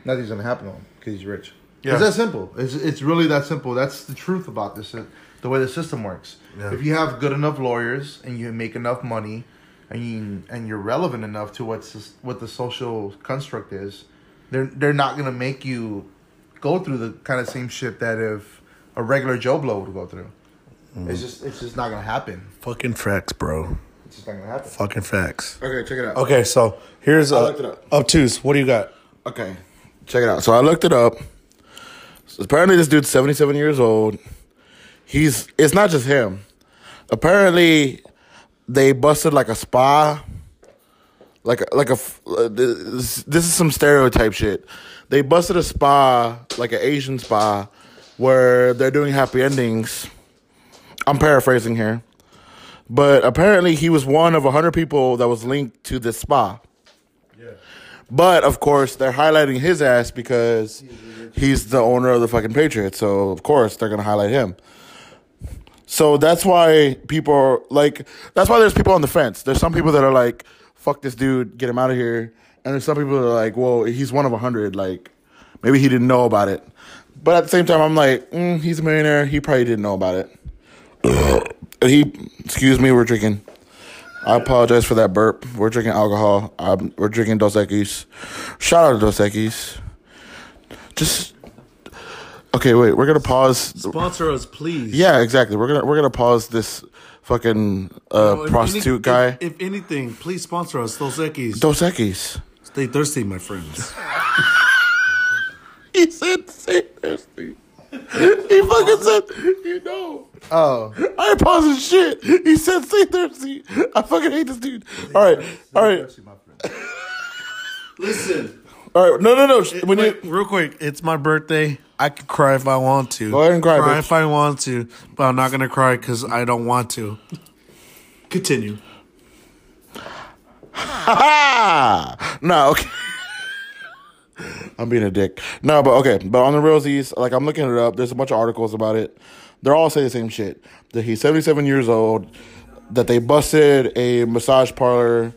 [SPEAKER 3] nothing's going to happen to him because he's rich.
[SPEAKER 1] Yeah.
[SPEAKER 3] It's that simple. It's it's really that simple. That's the truth about this. uh, The way the system works.
[SPEAKER 1] Yeah.
[SPEAKER 3] If you have good enough lawyers and you make enough money, and you, and you're relevant enough to what's s- what the social construct is, they're they're not gonna make you go through the kind of same shit that if a regular Joe Blow would go through.
[SPEAKER 1] Mm-hmm.
[SPEAKER 3] It's just it's just not gonna happen.
[SPEAKER 1] Fucking facts, bro.
[SPEAKER 3] It's just not gonna happen.
[SPEAKER 1] Fucking facts.
[SPEAKER 2] Okay, check it out.
[SPEAKER 1] Okay, so here's uh
[SPEAKER 2] looked it up.
[SPEAKER 1] obtuse. What do you got?
[SPEAKER 2] Okay, check it out. So I looked it up. So apparently, this dude's seventy-seven years old. He's. It's not just him. Apparently, they busted like a spa. Like a- like a f- uh, this, this is some stereotype shit. They busted a spa like an Asian spa where they're doing happy endings. I'm paraphrasing here, but apparently he was one of hundred people that was linked to this spa. But of course, they're highlighting his ass because he's the owner of the fucking Patriots. So of course, they're gonna highlight him. So that's why people are like, that's why there's people on the fence. There's some people that are like, "Fuck this dude, get him out of here," and there's some people that are like, "Well, he's one of a hundred. Like, maybe he didn't know about it." But at the same time, I'm like, mm, he's a millionaire. He probably didn't know about it. And he, excuse me, we're drinking. I apologize for that burp. We're drinking alcohol. Um we're drinking Dos Equis. Shout out to Dos Equis. Just okay. Wait, we're gonna pause.
[SPEAKER 1] Sponsor us, please.
[SPEAKER 2] Yeah, exactly. We're gonna we're gonna pause this fucking uh,
[SPEAKER 1] Well, if
[SPEAKER 2] prostitute
[SPEAKER 1] any-
[SPEAKER 2] guy.
[SPEAKER 1] If, if anything, please sponsor us, Those Equis.
[SPEAKER 2] Dos Equis.
[SPEAKER 1] Stay thirsty, my friends.
[SPEAKER 2] He said, "Say thirsty." He fucking said, "You know."
[SPEAKER 3] Oh,
[SPEAKER 2] I ain't pausing shit. He said, "Say thirsty." I fucking hate this dude. All right, all right,
[SPEAKER 1] Listen,
[SPEAKER 2] all right. No, no, no. Sh- When you
[SPEAKER 1] wait, real quick, it's my birthday. I can cry if I want to.
[SPEAKER 2] Go ahead and cry, bitch.
[SPEAKER 1] if I want to, but I'm not gonna cry because I don't want to. Continue.
[SPEAKER 2] Ah, no, okay. I'm being a dick. No, but okay. But on the realsies, like I'm looking it up. There's a bunch of articles about it. They're all saying the same shit. That he's 77 years old. That they busted a massage parlor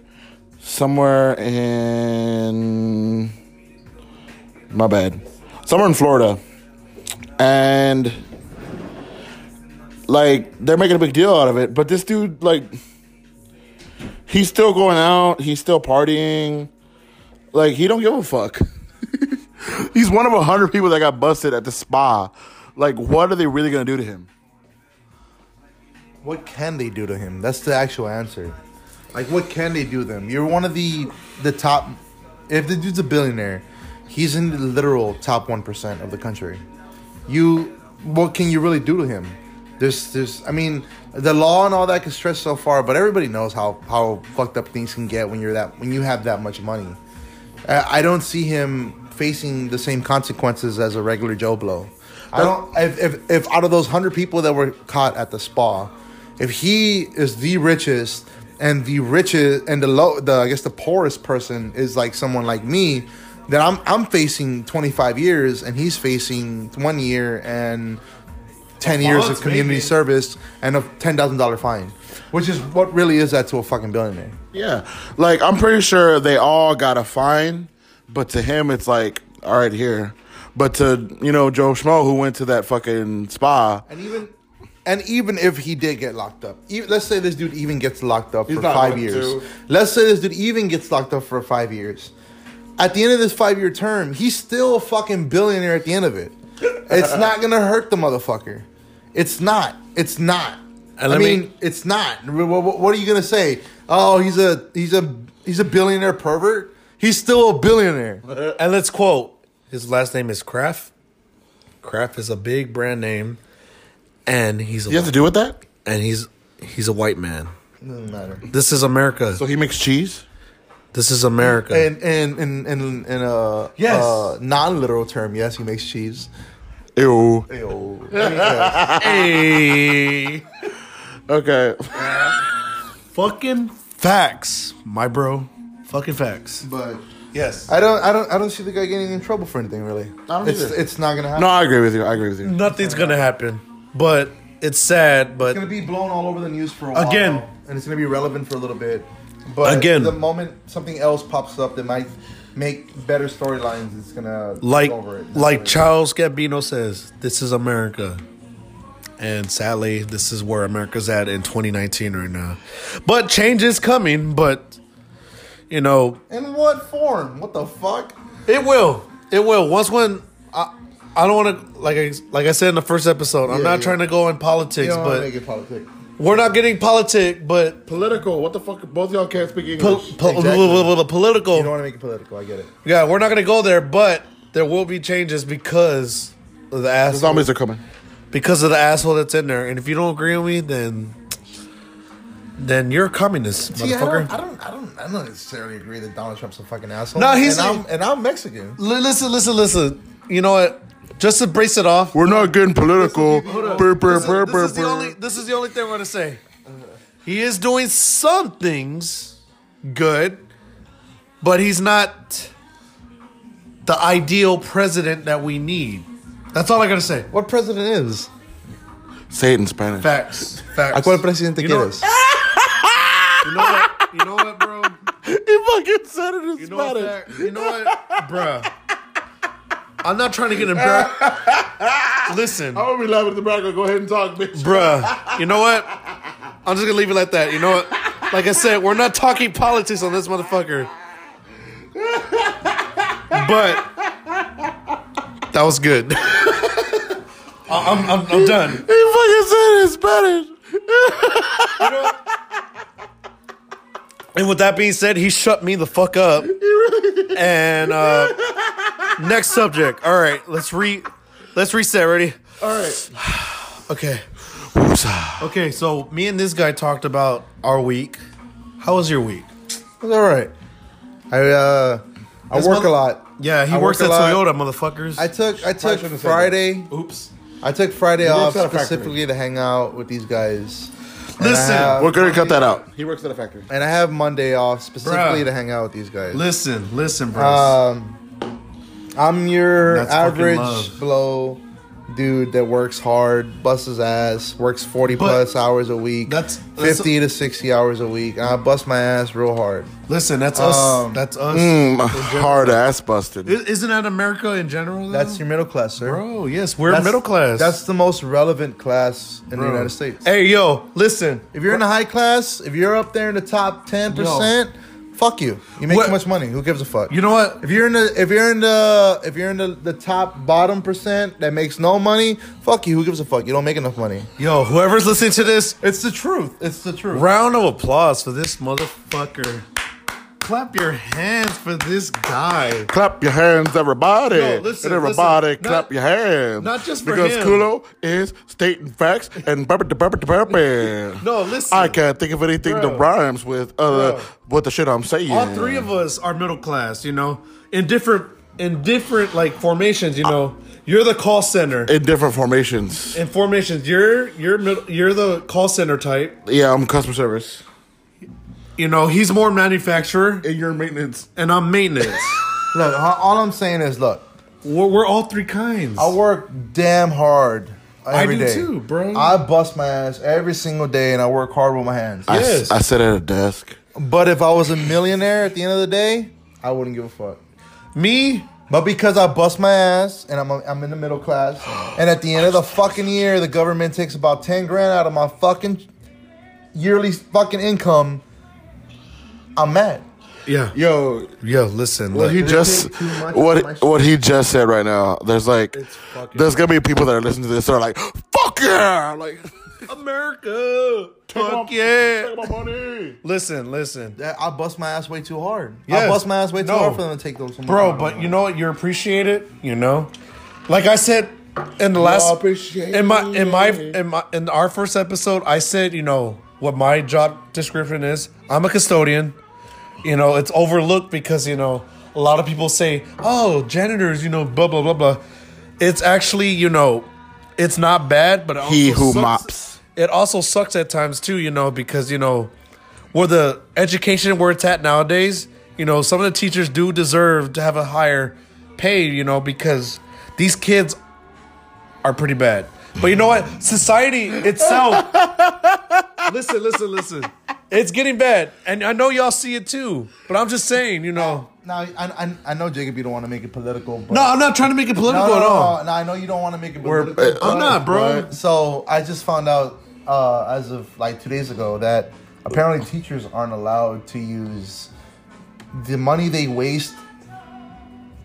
[SPEAKER 2] somewhere in my bad, somewhere in Florida, and like they're making a big deal out of it. But this dude, like, he's still going out. He's still partying. Like he don't give a fuck. he's one of a hundred people that got busted at the spa. Like, what are they really gonna do to him?
[SPEAKER 3] what can they do to him? That's the actual answer. Like, what can they do to them? You're one of the the top. If the dude's a billionaire, he's in the literal top one percent of the country. You, what can you really do to him? There's, there's. I mean, the law and all that can stretch so far, but everybody knows how how fucked up things can get when you're that when you have that much money. Uh, I, I don't see him facing the same consequences as a regular Joe Blow. I don't. If, if if out of those hundred people that were caught at the spa, if he is the richest and the richest and the low, the I guess the poorest person is like someone like me, then I'm I'm facing 25 years and he's facing one year and 10 years of
[SPEAKER 1] month,
[SPEAKER 3] community
[SPEAKER 1] maybe.
[SPEAKER 3] service and a ten thousand dollar fine, which is what really is that to a fucking billionaire.
[SPEAKER 2] Yeah, like I'm pretty sure they all got a fine, but to him it's like, all right, here. But to you know Joe Schmo who went to that fucking spa,
[SPEAKER 3] And even and even if he did get locked up, even, let's say this dude even gets locked up for
[SPEAKER 2] not
[SPEAKER 3] five
[SPEAKER 2] going
[SPEAKER 3] years.
[SPEAKER 2] to.
[SPEAKER 3] Let's say this dude even gets locked up for five years. At the end of this five year term, he's still a fucking billionaire at the end of it. It's not gonna hurt the motherfucker. It's not. It's not.
[SPEAKER 1] And
[SPEAKER 3] I
[SPEAKER 1] let me-
[SPEAKER 3] mean, it's not. Wh- wh- What are you gonna say? Oh, he's a he's a he's a billionaire pervert. He's still a billionaire.
[SPEAKER 1] And let's quote his last name is Kraft. Kraft is a big brand name, and he's a,
[SPEAKER 2] you have to do with that.
[SPEAKER 1] and he's he's a white man.
[SPEAKER 3] Doesn't matter.
[SPEAKER 1] This is America.
[SPEAKER 2] So he makes cheese.
[SPEAKER 1] this is America.
[SPEAKER 3] And in in in in a
[SPEAKER 1] Yes.
[SPEAKER 3] uh, non literal term, yes, he makes cheese.
[SPEAKER 2] Ew.
[SPEAKER 1] hey,
[SPEAKER 2] Okay.
[SPEAKER 1] fucking facts, my bro. Fucking facts.
[SPEAKER 3] But
[SPEAKER 1] Yes.
[SPEAKER 3] I don't, I don't, I don't see the guy getting in trouble for anything really.
[SPEAKER 2] I don't
[SPEAKER 3] it's,
[SPEAKER 2] either.
[SPEAKER 3] it's not gonna happen.
[SPEAKER 2] No, I agree with you. I agree with you.
[SPEAKER 1] Nothing's gonna happen. But it's sad. But
[SPEAKER 3] It's gonna be blown all over the news for a while,
[SPEAKER 1] Again.
[SPEAKER 3] and it's gonna be relevant for a little bit. But
[SPEAKER 1] Again.
[SPEAKER 3] the moment something else pops up that might make better storylines, it's gonna take
[SPEAKER 1] like
[SPEAKER 3] over it.
[SPEAKER 1] like Charles Gambino says, this is America. And sadly, this is where America's at in 2019 right now. But change is coming, but you know,
[SPEAKER 3] in what form? What the fuck?
[SPEAKER 1] it will. It will. Once when I I don't want to like I like I said in the first episode, I'm
[SPEAKER 3] Yeah,
[SPEAKER 1] not
[SPEAKER 3] yeah.
[SPEAKER 1] trying to go in
[SPEAKER 3] You
[SPEAKER 1] politics,
[SPEAKER 3] don't wanna make
[SPEAKER 1] but Oh.
[SPEAKER 3] it politic.
[SPEAKER 1] we're not getting politic, but
[SPEAKER 2] Political. What the fuck? Both y'all can't speak
[SPEAKER 1] po-
[SPEAKER 2] English.
[SPEAKER 1] po-
[SPEAKER 3] Exactly.
[SPEAKER 1] blah, blah, blah,
[SPEAKER 3] You don't
[SPEAKER 1] political.
[SPEAKER 3] want to make it political. I get it.
[SPEAKER 1] Yeah, we're not going to go there, but there will be changes because of the
[SPEAKER 2] The
[SPEAKER 1] asshole.
[SPEAKER 2] zombies are coming.
[SPEAKER 1] because of the asshole that's in there. And if you don't agree with me, then then you're a communist,
[SPEAKER 3] See, I
[SPEAKER 1] motherfucker.
[SPEAKER 3] don't, I don't, I don't, I don't necessarily agree that Donald Trump's a fucking asshole.
[SPEAKER 1] No, he's
[SPEAKER 3] and,
[SPEAKER 1] a-
[SPEAKER 3] I'm, and I'm Mexican.
[SPEAKER 1] Li- listen, listen, listen. You know what? Just to brace it off.
[SPEAKER 2] We're not getting political. Brr, brr,
[SPEAKER 1] This
[SPEAKER 2] brr,
[SPEAKER 1] is, this
[SPEAKER 2] brr,
[SPEAKER 1] is the only
[SPEAKER 2] brr.
[SPEAKER 1] this is the only thing we're gonna say. He is doing some things good, but he's not the ideal president that we need. That's all I gotta say.
[SPEAKER 3] What president is?
[SPEAKER 2] Say it in Spanish.
[SPEAKER 1] Facts. Facts.
[SPEAKER 3] ¿A cuál presidente
[SPEAKER 1] You know-
[SPEAKER 3] quieres?
[SPEAKER 1] You know what? You know what, bro?
[SPEAKER 2] He fucking said it in
[SPEAKER 1] You know, what, Fer- you know what, bruh? I'm not trying to get embarrassed. Listen,
[SPEAKER 2] I'm gonna be laughing at the background. Go ahead and talk, bitch.
[SPEAKER 1] bruh. You know what? I'm just gonna leave it like that. You know what? Like I said, we're not talking politics on this motherfucker. But that was good. I- I'm, I'm, I'm done.
[SPEAKER 2] He fucking said it in Spanish.
[SPEAKER 1] And with that being said, he shut me the fuck up. And uh, next subject. All right, let's re let's reset. Ready?
[SPEAKER 2] All right.
[SPEAKER 1] Okay. Okay, so me and this guy talked about our week. How was your week?
[SPEAKER 3] It's all right. I uh, I
[SPEAKER 1] This
[SPEAKER 3] work
[SPEAKER 1] month-
[SPEAKER 3] a lot.
[SPEAKER 1] Yeah, he
[SPEAKER 3] I
[SPEAKER 1] works
[SPEAKER 3] work
[SPEAKER 1] at
[SPEAKER 3] a lot.
[SPEAKER 1] Toyota, motherfuckers.
[SPEAKER 3] I took I took
[SPEAKER 2] shouldn't have said
[SPEAKER 3] Friday.
[SPEAKER 1] Oops.
[SPEAKER 3] I took Friday off
[SPEAKER 2] works at a factory.
[SPEAKER 3] specifically to hang out with these guys. And I
[SPEAKER 1] Listen.
[SPEAKER 3] have-
[SPEAKER 2] We're gonna cut that out. He works at a factory.
[SPEAKER 3] and I have Monday off specifically
[SPEAKER 1] Bruh.
[SPEAKER 3] to hang out with these guys.
[SPEAKER 1] Listen, listen, bro.
[SPEAKER 3] Um, I'm your
[SPEAKER 1] That's fucking
[SPEAKER 3] average
[SPEAKER 1] love.
[SPEAKER 3] blow dude that works hard, busts his ass, works 40 plus hours a week.
[SPEAKER 1] That's- that's-
[SPEAKER 3] 50 to 60 hours a week. And I bust my ass real hard.
[SPEAKER 1] listen, that's us.
[SPEAKER 3] um,
[SPEAKER 1] that's us.
[SPEAKER 2] Mm, hard ass busted.
[SPEAKER 1] I- Isn't that America in general? Though?
[SPEAKER 3] That's your middle class, sir.
[SPEAKER 1] bro. Yes, we're
[SPEAKER 3] That's-
[SPEAKER 1] middle class.
[SPEAKER 3] That's the most relevant class in
[SPEAKER 1] Bro.
[SPEAKER 3] the United States.
[SPEAKER 1] Hey, yo, listen.
[SPEAKER 3] If you're in the high class, if you're up there in the top 10%, fuck you. You make
[SPEAKER 1] What-
[SPEAKER 3] too much money. Who gives a fuck?
[SPEAKER 1] You know what?
[SPEAKER 3] If you're in the if you're in the if you're in the, the top bottom percent that makes no money, fuck you. Who gives a fuck? You don't make enough money.
[SPEAKER 1] Yo, whoever's listening to this,
[SPEAKER 3] It's the truth. It's the truth.
[SPEAKER 1] round of applause for this motherfucker. Clap your hands for this guy.
[SPEAKER 2] Clap your hands, everybody.
[SPEAKER 1] No, listen,
[SPEAKER 2] and everybody,
[SPEAKER 1] listen.
[SPEAKER 2] clap
[SPEAKER 1] Not-
[SPEAKER 2] your hands.
[SPEAKER 1] not just for
[SPEAKER 2] Because
[SPEAKER 1] him.
[SPEAKER 2] Kulo is stating facts and burp to burp to burp.
[SPEAKER 1] No, listen.
[SPEAKER 2] I can't think of anything
[SPEAKER 1] Bro.
[SPEAKER 2] that rhymes with other
[SPEAKER 1] Bro.
[SPEAKER 2] what the shit I'm saying.
[SPEAKER 1] all three of us are middle class you know in different in different like formations you know you're the call center
[SPEAKER 2] in different formations.
[SPEAKER 1] in formations you're you're middle, you're the call center type
[SPEAKER 2] Yeah, I'm customer service.
[SPEAKER 1] you know he's more manufacturer
[SPEAKER 2] And your maintenance.
[SPEAKER 1] and i'm maintenance
[SPEAKER 3] Look, all all I'm saying is, look,
[SPEAKER 1] we're, we're all three kinds
[SPEAKER 3] I work damn hard every
[SPEAKER 1] do
[SPEAKER 3] day.
[SPEAKER 1] too, bro.
[SPEAKER 3] I bust my ass every single day, and I work hard with my hands.
[SPEAKER 2] I,
[SPEAKER 1] Yes.
[SPEAKER 2] s- I sit at a desk.
[SPEAKER 3] But if I was a millionaire at the end of the day, I wouldn't give a fuck.
[SPEAKER 1] me
[SPEAKER 3] But because I bust my ass and I'm, I'm in the middle class, and at the end of the fucking year, the government takes about 10 grand out of my fucking yearly fucking income, I'm mad.
[SPEAKER 1] yeah
[SPEAKER 2] Yo,
[SPEAKER 1] yo listen look.
[SPEAKER 2] What he
[SPEAKER 3] They
[SPEAKER 2] just
[SPEAKER 3] take too much of my
[SPEAKER 2] what
[SPEAKER 3] shit.
[SPEAKER 2] what he just said right now. There's like there's gonna be people that are listening to this that are like, fuck yeah, like
[SPEAKER 1] america fuck yeah listen listen
[SPEAKER 3] That- I bust my ass way too hard. I
[SPEAKER 1] Yes.
[SPEAKER 3] bust my ass way too
[SPEAKER 1] No.
[SPEAKER 3] hard for them to take those. from my
[SPEAKER 1] bro
[SPEAKER 3] money.
[SPEAKER 1] but you know what you're appreciated you know like i said in the last
[SPEAKER 2] appreciate
[SPEAKER 1] in my in my in my in our first episode i said you know what my job description is i'm a custodian you know it's overlooked because you know a lot of people say oh janitors you know blah blah blah blah it's actually you know it's not bad but it
[SPEAKER 2] He
[SPEAKER 1] also
[SPEAKER 2] who
[SPEAKER 1] sucks.
[SPEAKER 2] mops.
[SPEAKER 1] it also sucks at times too you know because you know where the education where it's at nowadays you know, some of the teachers do deserve to have a higher pay, you know, because these kids are pretty bad. But you know what? Society itself. listen, listen, listen. It's getting bad. And I know y'all see it too. But I'm just saying, you know.
[SPEAKER 3] Now, I, I, I know, Jacob, you don't want to make it political. But
[SPEAKER 1] No, I'm not trying to make it
[SPEAKER 3] no,
[SPEAKER 1] political
[SPEAKER 3] no,
[SPEAKER 1] at
[SPEAKER 3] no,
[SPEAKER 1] all.
[SPEAKER 3] no, I know you don't want to make it
[SPEAKER 1] We're-
[SPEAKER 3] political.
[SPEAKER 1] I'm
[SPEAKER 3] but-
[SPEAKER 1] not, bro.
[SPEAKER 3] but- So I just found out uh, as of like two days ago that apparently teachers aren't allowed to use the money they waste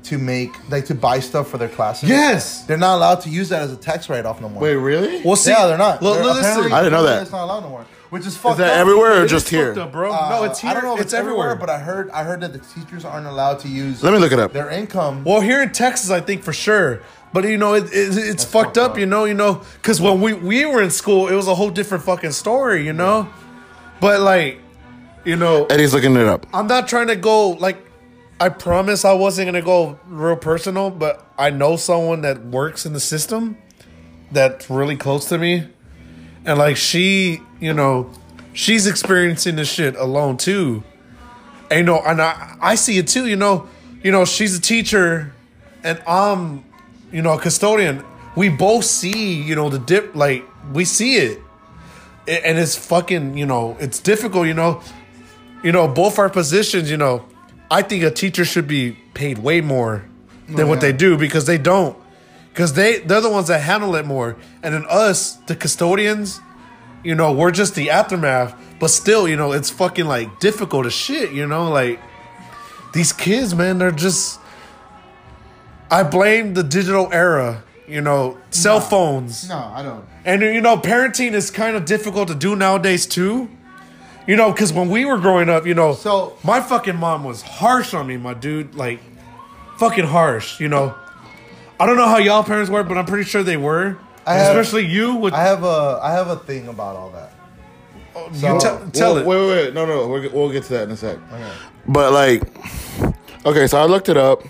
[SPEAKER 3] to make, like, to buy stuff for their classes.
[SPEAKER 1] Yes.
[SPEAKER 3] They're not allowed to use that as a tax write off no more.
[SPEAKER 2] Wait, really?
[SPEAKER 1] Well, see,
[SPEAKER 3] yeah, they're not.
[SPEAKER 1] Look,
[SPEAKER 3] They're-
[SPEAKER 1] look,
[SPEAKER 3] apparently-
[SPEAKER 1] listen.
[SPEAKER 2] I didn't know that.
[SPEAKER 3] It's not allowed no more, which is
[SPEAKER 2] Is
[SPEAKER 3] fucked
[SPEAKER 2] that
[SPEAKER 3] up.
[SPEAKER 2] everywhere or
[SPEAKER 1] It is
[SPEAKER 2] just here?
[SPEAKER 1] fucked up, bro.
[SPEAKER 3] Uh,
[SPEAKER 1] no, it's here.
[SPEAKER 3] I don't know if
[SPEAKER 1] it's, everywhere.
[SPEAKER 3] but I heard I heard that the teachers aren't allowed to use.
[SPEAKER 2] Let me look it up.
[SPEAKER 3] Their income.
[SPEAKER 1] Well, here in Texas, I think for sure. But you know, it, it, it's fucked
[SPEAKER 3] fucked
[SPEAKER 1] up,
[SPEAKER 3] up.
[SPEAKER 1] You know, you know, because when we we were in school, it was a whole different fucking story. You know, but like, you know,
[SPEAKER 2] Eddie's looking it up.
[SPEAKER 1] I'm not trying to go like. I promise I wasn't gonna go real personal, but I know someone that works in the system that's really close to me, and like she, you know, she's experiencing this shit alone too. And you know, and I I see it too. You know, you know, she's a teacher, and I'm, you know, a custodian. We both see, you know, the dip. Like we see it, A- and it's fucking, you know, it's difficult. You know, you know, both our positions, you know, I think a teacher should be paid way more than what they do because they don't. Because they, they're the ones that handle it more. And then us, the custodians, you know, we're just the aftermath. But still, you know, it's fucking like difficult as shit, you know? Like these kids, man, they're just. I blame the digital era, you know, cell phones.
[SPEAKER 3] No, I don't.
[SPEAKER 1] And you know, parenting is kind of difficult to do nowadays too. You know, because when we were growing up, you know,
[SPEAKER 3] So-
[SPEAKER 1] my fucking mom was harsh on me, my dude. Like, fucking harsh. You know, I don't know how y'all parents were, but I'm pretty sure they were.
[SPEAKER 3] I have-
[SPEAKER 1] Especially you. With
[SPEAKER 3] I have a I have a thing about all that.
[SPEAKER 1] you tell tell
[SPEAKER 2] Wait,
[SPEAKER 1] it.
[SPEAKER 2] Wait, wait, no, no, we're, we'll get to that in a sec. But like, okay, so I looked it up.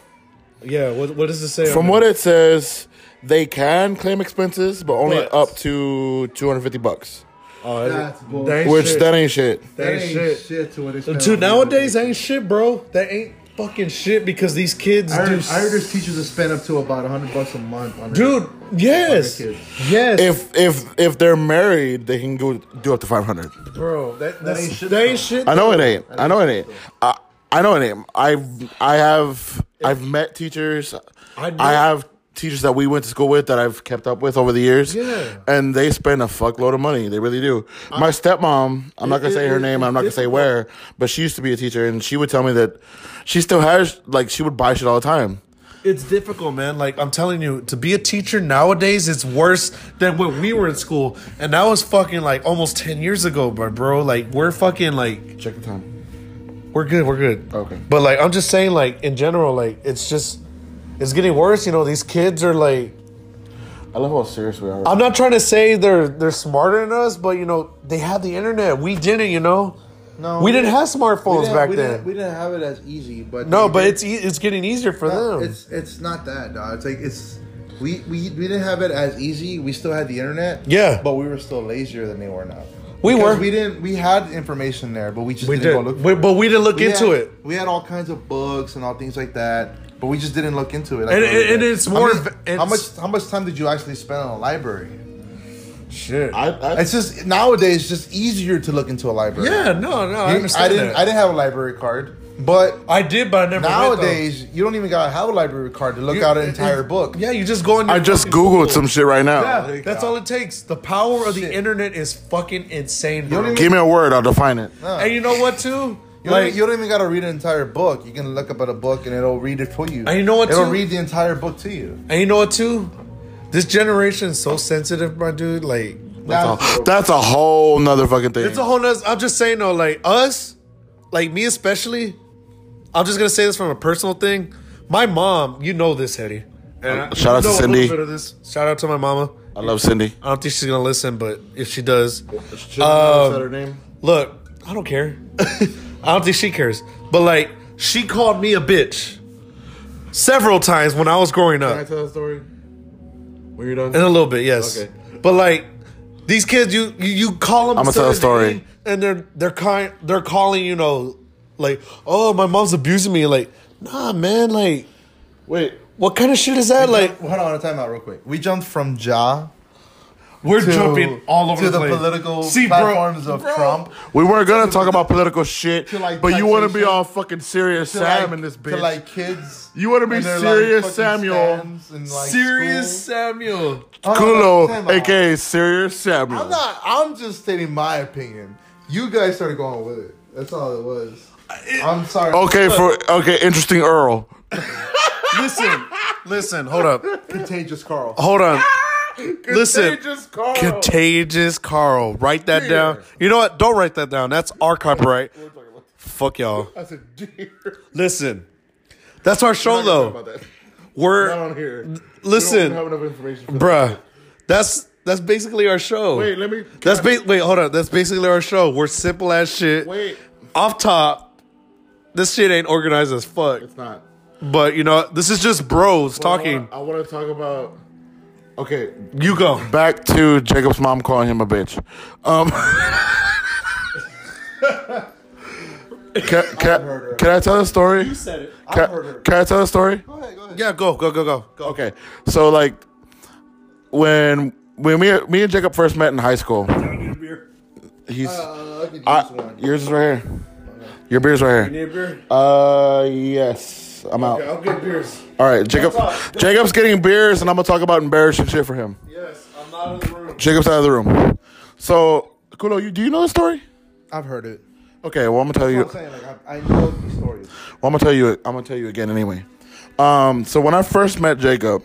[SPEAKER 1] Yeah. What, what does it say?
[SPEAKER 2] From what it says, they can claim expenses, but only
[SPEAKER 1] But-
[SPEAKER 2] up to two hundred fifty bucks.
[SPEAKER 1] Oh,
[SPEAKER 3] That's bull-
[SPEAKER 1] that ain't
[SPEAKER 2] Which
[SPEAKER 1] shit.
[SPEAKER 2] that ain't shit.
[SPEAKER 1] That ain't shit.
[SPEAKER 3] to what it's
[SPEAKER 1] Dude, nowadays that ain't shit, bro. That ain't fucking shit because these kids
[SPEAKER 3] I
[SPEAKER 1] do.
[SPEAKER 3] heard,
[SPEAKER 1] s-
[SPEAKER 3] I heard there's teachers that spend up to about 100 bucks a month on their-
[SPEAKER 1] dude, yes,
[SPEAKER 3] kids.
[SPEAKER 1] yes.
[SPEAKER 2] If if if they're married, they can go do up to five hundred.
[SPEAKER 1] Bro, that, that's,
[SPEAKER 3] ain't shit,
[SPEAKER 1] That
[SPEAKER 3] bro.
[SPEAKER 1] ain't shit.
[SPEAKER 2] I know it ain't. I know it ain't. I I know it ain't. I've I have I've met teachers.
[SPEAKER 1] I
[SPEAKER 2] I,
[SPEAKER 1] know-
[SPEAKER 2] have teachers that we went to school with that I've kept up with over the years.
[SPEAKER 1] Yeah.
[SPEAKER 2] And they spend a fuckload of money. They really do. My stepmom, I'm not gonna say her name, I'm not gonna say where, but she used to be a teacher and she would tell me that she still has like she would buy shit all the time.
[SPEAKER 1] It's difficult, man. Like I'm telling you, to be a teacher nowadays it's worse than when we were in school, and that was fucking like almost ten years ago, bro. Bro, like we're fucking like
[SPEAKER 2] Check the time.
[SPEAKER 1] we're good, we're good.
[SPEAKER 2] Okay.
[SPEAKER 1] But like I'm just saying, like in general, like it's just it's getting worse. You know, these kids are like
[SPEAKER 2] I love how serious we are.
[SPEAKER 1] I'm not trying to say they're they're smarter than us, but you know they had the internet. We didn't, you know.
[SPEAKER 3] No,
[SPEAKER 1] we didn't have smartphones
[SPEAKER 3] we didn't-
[SPEAKER 1] back
[SPEAKER 3] we
[SPEAKER 1] then.
[SPEAKER 3] Didn't, we didn't have it as easy, but
[SPEAKER 1] no,
[SPEAKER 3] they
[SPEAKER 1] but
[SPEAKER 3] did-
[SPEAKER 1] it's e- it's getting easier for
[SPEAKER 3] No,
[SPEAKER 1] them.
[SPEAKER 3] It's it's not that. Dog. It's like it's we, we we didn't have it as easy. We still had the internet.
[SPEAKER 1] Yeah.
[SPEAKER 3] but we were still lazier than they were now.
[SPEAKER 1] We
[SPEAKER 3] Because
[SPEAKER 1] were.
[SPEAKER 3] We didn't. We had information there, but we just
[SPEAKER 1] we
[SPEAKER 3] didn't
[SPEAKER 1] did,
[SPEAKER 3] go look. For
[SPEAKER 1] we,
[SPEAKER 3] it.
[SPEAKER 1] but we didn't look
[SPEAKER 3] We
[SPEAKER 1] into
[SPEAKER 3] had-
[SPEAKER 1] it.
[SPEAKER 3] We had all kinds of books and all things like that, but we just didn't look into it. like
[SPEAKER 1] And-
[SPEAKER 3] really
[SPEAKER 1] and- and
[SPEAKER 3] did.
[SPEAKER 1] it's more
[SPEAKER 3] I mean,
[SPEAKER 1] of- it's-
[SPEAKER 3] how much how much time did you actually spend on a library?
[SPEAKER 1] Shit.
[SPEAKER 2] I, I,
[SPEAKER 3] It's just nowadays it's just easier to look into a library.
[SPEAKER 1] yeah, no, no, I
[SPEAKER 3] You-
[SPEAKER 1] understand.
[SPEAKER 3] I didn't
[SPEAKER 1] that.
[SPEAKER 3] I didn't have a library card, but
[SPEAKER 1] I did, but I never went,
[SPEAKER 3] nowadays you don't even gotta have a library card to
[SPEAKER 1] though.
[SPEAKER 3] look
[SPEAKER 1] You-
[SPEAKER 3] out an
[SPEAKER 1] it-
[SPEAKER 3] entire
[SPEAKER 1] it-
[SPEAKER 3] book.
[SPEAKER 1] Yeah, you just go in.
[SPEAKER 2] I
[SPEAKER 1] your
[SPEAKER 2] just
[SPEAKER 1] fucking
[SPEAKER 2] Googled
[SPEAKER 1] Google.
[SPEAKER 2] some shit right now.
[SPEAKER 1] Yeah, that's all it takes. The power of the
[SPEAKER 3] uh, Shit.
[SPEAKER 1] internet is fucking insane,
[SPEAKER 3] don't
[SPEAKER 1] bro.
[SPEAKER 3] even-
[SPEAKER 2] Give me a word, I'll define it.
[SPEAKER 1] and you know what too?
[SPEAKER 3] You, don't,
[SPEAKER 1] like
[SPEAKER 3] even- you don't even gotta read an entire book. You can look up at a book and it'll read it for you.
[SPEAKER 1] And you know what,
[SPEAKER 3] It'll
[SPEAKER 1] too?
[SPEAKER 3] read the entire book to you.
[SPEAKER 1] and you know what too? This generation is so sensitive, my dude. Like
[SPEAKER 3] Now,
[SPEAKER 2] That's a whole nother fucking thing.
[SPEAKER 1] it's a whole nother. I'm just saying though, like us, like me especially. I'm just gonna say this from a personal thing. My mom, you know this, Hetty. And I-
[SPEAKER 2] Uh,
[SPEAKER 1] you
[SPEAKER 2] Shout out to
[SPEAKER 1] know a little
[SPEAKER 2] Cindy.
[SPEAKER 1] bit of this. Shout out to my mama.
[SPEAKER 2] I love Cindy.
[SPEAKER 1] I don't think she's gonna listen, but if she does,
[SPEAKER 2] Um,
[SPEAKER 1] Look, I don't care. I don't think she cares. But like, she called me a bitch several times when I was growing
[SPEAKER 2] Can I
[SPEAKER 1] up.
[SPEAKER 2] tell the story? When you're
[SPEAKER 1] In
[SPEAKER 2] done?
[SPEAKER 1] a little bit, yes.
[SPEAKER 2] Okay.
[SPEAKER 1] But like, these kids, you you, you call them.
[SPEAKER 2] I'ma tell
[SPEAKER 1] certain
[SPEAKER 2] a story.
[SPEAKER 1] name, and they're they're kind. They're calling you know Like, oh, my mom's abusing me. Like, nah, man. Like,
[SPEAKER 2] Wait,
[SPEAKER 1] what kind of shit is that? Like,
[SPEAKER 3] hold on, a time out real quick. We jumped from Ja
[SPEAKER 4] We're
[SPEAKER 3] to,
[SPEAKER 4] jumping all over
[SPEAKER 3] to
[SPEAKER 4] the,
[SPEAKER 3] the,
[SPEAKER 4] place.
[SPEAKER 3] political
[SPEAKER 4] See, bro,
[SPEAKER 3] platforms of Trump.
[SPEAKER 2] we weren't gonna talk about political shit,
[SPEAKER 3] To, like,
[SPEAKER 2] but you want to be
[SPEAKER 3] taxation.
[SPEAKER 2] all fucking serious
[SPEAKER 3] to,
[SPEAKER 2] Sam
[SPEAKER 3] like-
[SPEAKER 2] in this bitch.
[SPEAKER 3] To like kids.
[SPEAKER 2] You wanna be
[SPEAKER 3] and their,
[SPEAKER 2] serious
[SPEAKER 3] fucking
[SPEAKER 2] Samuel.
[SPEAKER 3] stands and, like,
[SPEAKER 4] serious
[SPEAKER 3] school.
[SPEAKER 4] Samuel.
[SPEAKER 3] Hold on, time
[SPEAKER 2] Kulo,
[SPEAKER 3] out.
[SPEAKER 2] aka Serious Samuel.
[SPEAKER 3] I'm not. I'm just stating my opinion. You guys started going with it. That's all it was. I'm sorry.
[SPEAKER 2] okay, for okay, interesting Earl.
[SPEAKER 1] listen, listen. Hold up,
[SPEAKER 3] Contagious Carl.
[SPEAKER 1] hold on. Listen,
[SPEAKER 2] Contagious Carl.
[SPEAKER 1] contagious Carl. Write that down. You know what? Don't write that down. That's our copyright. Fuck y'all.
[SPEAKER 2] That's a deer.
[SPEAKER 1] Listen, that's our show
[SPEAKER 2] About
[SPEAKER 1] though.
[SPEAKER 2] that.
[SPEAKER 1] We're
[SPEAKER 2] Not on here. We
[SPEAKER 1] listen,
[SPEAKER 2] don't have enough information. For that.
[SPEAKER 1] bruh. That's that's basically our show.
[SPEAKER 2] Wait, let me.
[SPEAKER 1] That's ba- wait, hold on. That's basically our show. We're simple as shit.
[SPEAKER 2] Wait.
[SPEAKER 1] Off top, this shit ain't organized as fuck.
[SPEAKER 2] It's not.
[SPEAKER 1] But you know, this is just bros talking.
[SPEAKER 2] I want to talk about. Okay,
[SPEAKER 1] You go.
[SPEAKER 2] back to Jacob's mom calling him a bitch. Um, can, can, can I tell a story? You said it. Can,
[SPEAKER 3] heard her.
[SPEAKER 2] can I tell a story?
[SPEAKER 3] Go ahead. Go ahead.
[SPEAKER 1] Yeah, go, go, go, go. go.
[SPEAKER 2] Okay, so like when when me me and Jacob first met in high school, he's
[SPEAKER 3] Uh, I could use
[SPEAKER 2] I,
[SPEAKER 3] one.
[SPEAKER 2] yours is right here. Your beer's right here.
[SPEAKER 4] beer?
[SPEAKER 2] Uh, yes, I'm out.
[SPEAKER 4] I'll get beers.
[SPEAKER 2] All right, Jacob. Jacob's getting beers, and I'm gonna talk about embarrassing shit for him.
[SPEAKER 4] Yes, I'm out of the room.
[SPEAKER 2] Jacob's out of the room. So, Kulo, you do you know the story?
[SPEAKER 3] I've heard it.
[SPEAKER 2] Okay, well I'm gonna tell you.
[SPEAKER 3] I'm saying like I, I know the stories.
[SPEAKER 2] Well, I'm gonna tell you. I'm gonna tell you again anyway. Um, so when I first met Jacob,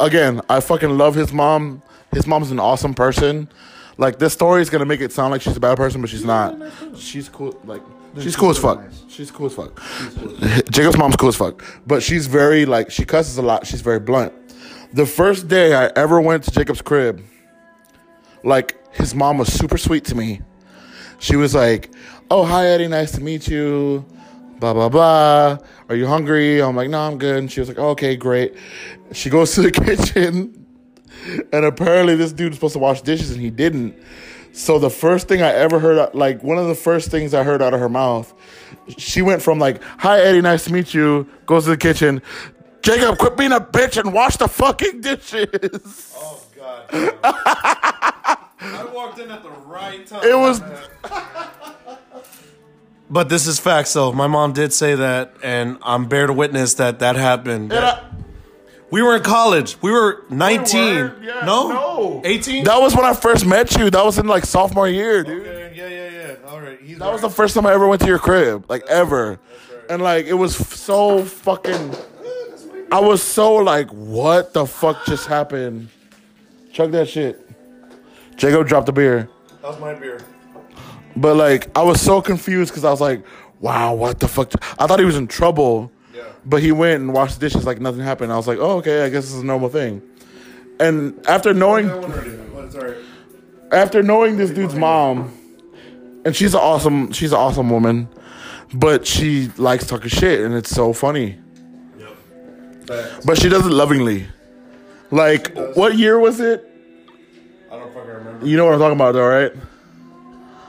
[SPEAKER 2] again, I fucking love his mom. His mom's an awesome person. Like this story is gonna make it sound like she's a bad person, but she's not. she's cool. Like she's cool as
[SPEAKER 3] super
[SPEAKER 2] fuck.
[SPEAKER 3] nice.
[SPEAKER 2] She's cool as fuck. Jacob's mom's cool as fuck, but she's very like she cusses a lot. She's very blunt. The first day I ever went to Jacob's crib, like his mom was super sweet to me. She was like, "Oh, hi Eddie, nice to meet you." Blah blah blah. Are you hungry? I'm like, "No, I'm good." And she was like, "Oh, "Okay, great." She goes to the kitchen, and apparently this dude was supposed to wash dishes and he didn't. So the first thing I ever heard, like one of the first things I heard out of her mouth, she went from like, "Hi Eddie, nice to meet you," goes to the kitchen. Jacob, quit being a bitch and wash the fucking dishes.
[SPEAKER 4] Oh God. I walked in at the right time.
[SPEAKER 2] It was
[SPEAKER 1] But this is facts though. My mom did say that, and I'm bear to witness that that happened. we were in college. We were 19.
[SPEAKER 2] yeah,
[SPEAKER 1] no,
[SPEAKER 2] no.
[SPEAKER 1] 18.
[SPEAKER 2] That was when I first met you. That was in like sophomore year, dude.
[SPEAKER 4] Okay, yeah, yeah, yeah. All right. He's
[SPEAKER 2] That was the first time I ever went to your crib, like ever. And like it was f- so fucking. I was so like, what the fuck just happened? Chug that shit. Jacob dropped the beer.
[SPEAKER 4] that was my beer.
[SPEAKER 2] But like, I was so confused because I was like, wow, what the fuck? I thought he was in trouble.
[SPEAKER 4] Yeah.
[SPEAKER 2] But he went and washed the dishes like nothing happened. I was like, oh, okay, I guess this is a normal thing. And after knowing.
[SPEAKER 4] I wonder if it was all right.
[SPEAKER 2] after knowing this dude's mom, and she's an awesome, she's an awesome woman, but she likes talking shit, and it's so funny.
[SPEAKER 4] But
[SPEAKER 2] But she does it lovingly. Like, what year was it?
[SPEAKER 4] I don't fucking remember.
[SPEAKER 2] You know what I'm talking about, though, right?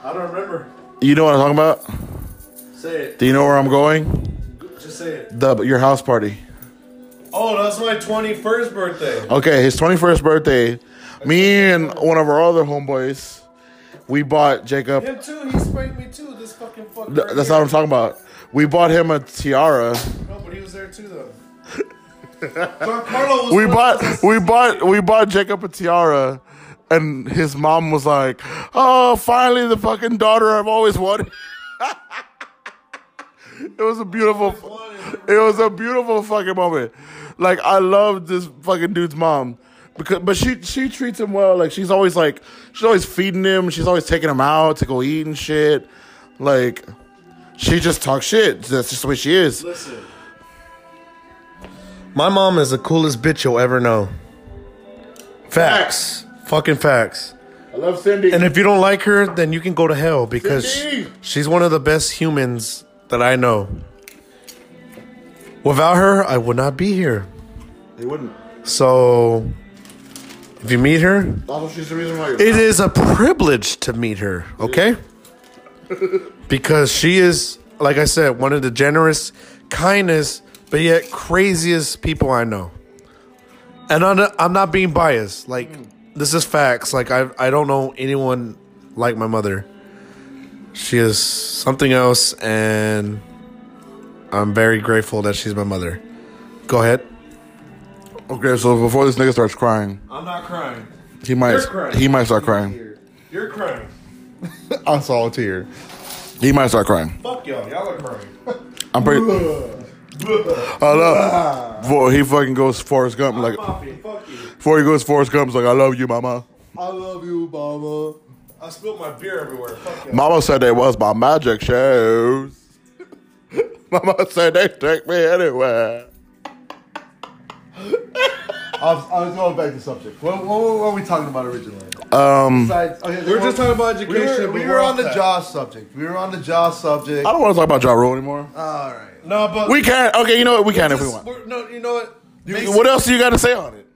[SPEAKER 4] I don't remember.
[SPEAKER 2] You know what I'm talking about.
[SPEAKER 4] Say it.
[SPEAKER 2] Do you know where I'm going?
[SPEAKER 4] Just say it.
[SPEAKER 2] The your house party.
[SPEAKER 4] Oh, that's my 21st birthday.
[SPEAKER 2] Okay, his 21st birthday. Me and one of our other homeboys, we bought Jacob.
[SPEAKER 4] Him too. He spanked me too. This fucking fucker.
[SPEAKER 2] th- That's not what I'm talking about. We bought him a tiara.
[SPEAKER 4] No, but he was there too though. Giancarlo was
[SPEAKER 2] we
[SPEAKER 4] one-
[SPEAKER 2] bought we bought we bought Jacob a tiara, and his mom was like, "Oh, finally the fucking daughter I've always wanted." it was a beautiful, it was a beautiful fucking moment. Like I love this fucking dude's mom. Because, but she she treats him well. Like she's always like she's always feeding him. She's always taking him out to go eat and shit. Like she just talks shit. That's just the way she is.
[SPEAKER 4] Listen,
[SPEAKER 1] My mom is the coolest bitch you'll ever know. Facts. Fucking facts.
[SPEAKER 2] I love Cindy.
[SPEAKER 1] And if you don't like her, then you can go to hell because
[SPEAKER 2] Cindy!
[SPEAKER 1] she's one of the best humans that I know. Without her, I would not be here.
[SPEAKER 2] they wouldn't.
[SPEAKER 1] So, if you meet her,
[SPEAKER 2] Also, she's the reason why. You're
[SPEAKER 1] it is a privilege to meet her, okay? because she is, like I said, one of the generous, kindest, but yet craziest people I know. And I'm not, I'm not being biased. Like
[SPEAKER 4] Hmm.
[SPEAKER 1] this is facts. Like I I don't know anyone like my mother. She is something else, and I'm very grateful that she's my mother. Go ahead.
[SPEAKER 2] Okay, so before this nigga starts crying,
[SPEAKER 4] I'm not crying.
[SPEAKER 2] he might
[SPEAKER 4] You're crying.
[SPEAKER 2] he might start crying.
[SPEAKER 4] You're crying.
[SPEAKER 3] I saw a tear.
[SPEAKER 2] He might start crying.
[SPEAKER 4] Fuck y'all. Y'all are crying.
[SPEAKER 2] I'm pretty. I love. Well, he fucking goes Forrest Gump like
[SPEAKER 4] Poppy, fuck you.
[SPEAKER 2] before he goes Forrest Gump's like I love you, mama.
[SPEAKER 3] I love you, Mama.
[SPEAKER 4] I spilled my beer everywhere. Fuck y'all.
[SPEAKER 2] Mama said they was my magic shows. Mama said they take me anywhere.
[SPEAKER 3] I was, I was going back to subject. What, what, what were we talking about originally?
[SPEAKER 2] Um,
[SPEAKER 3] Besides, okay,
[SPEAKER 4] We're just talking about
[SPEAKER 3] We
[SPEAKER 4] education.
[SPEAKER 3] were,
[SPEAKER 4] but
[SPEAKER 3] we
[SPEAKER 4] we're
[SPEAKER 3] were on
[SPEAKER 4] off
[SPEAKER 3] the
[SPEAKER 4] that. Oh.
[SPEAKER 3] Jaws subject. We were on the Jaws subject.
[SPEAKER 2] I
[SPEAKER 3] All
[SPEAKER 2] don't want to talk about Ja Rule anymore.
[SPEAKER 3] right.
[SPEAKER 4] No, but
[SPEAKER 2] We can. Okay, you know what? We can if we
[SPEAKER 4] Just-
[SPEAKER 2] want.
[SPEAKER 4] we're- No, you know what?
[SPEAKER 2] You- What else do you got to say on it?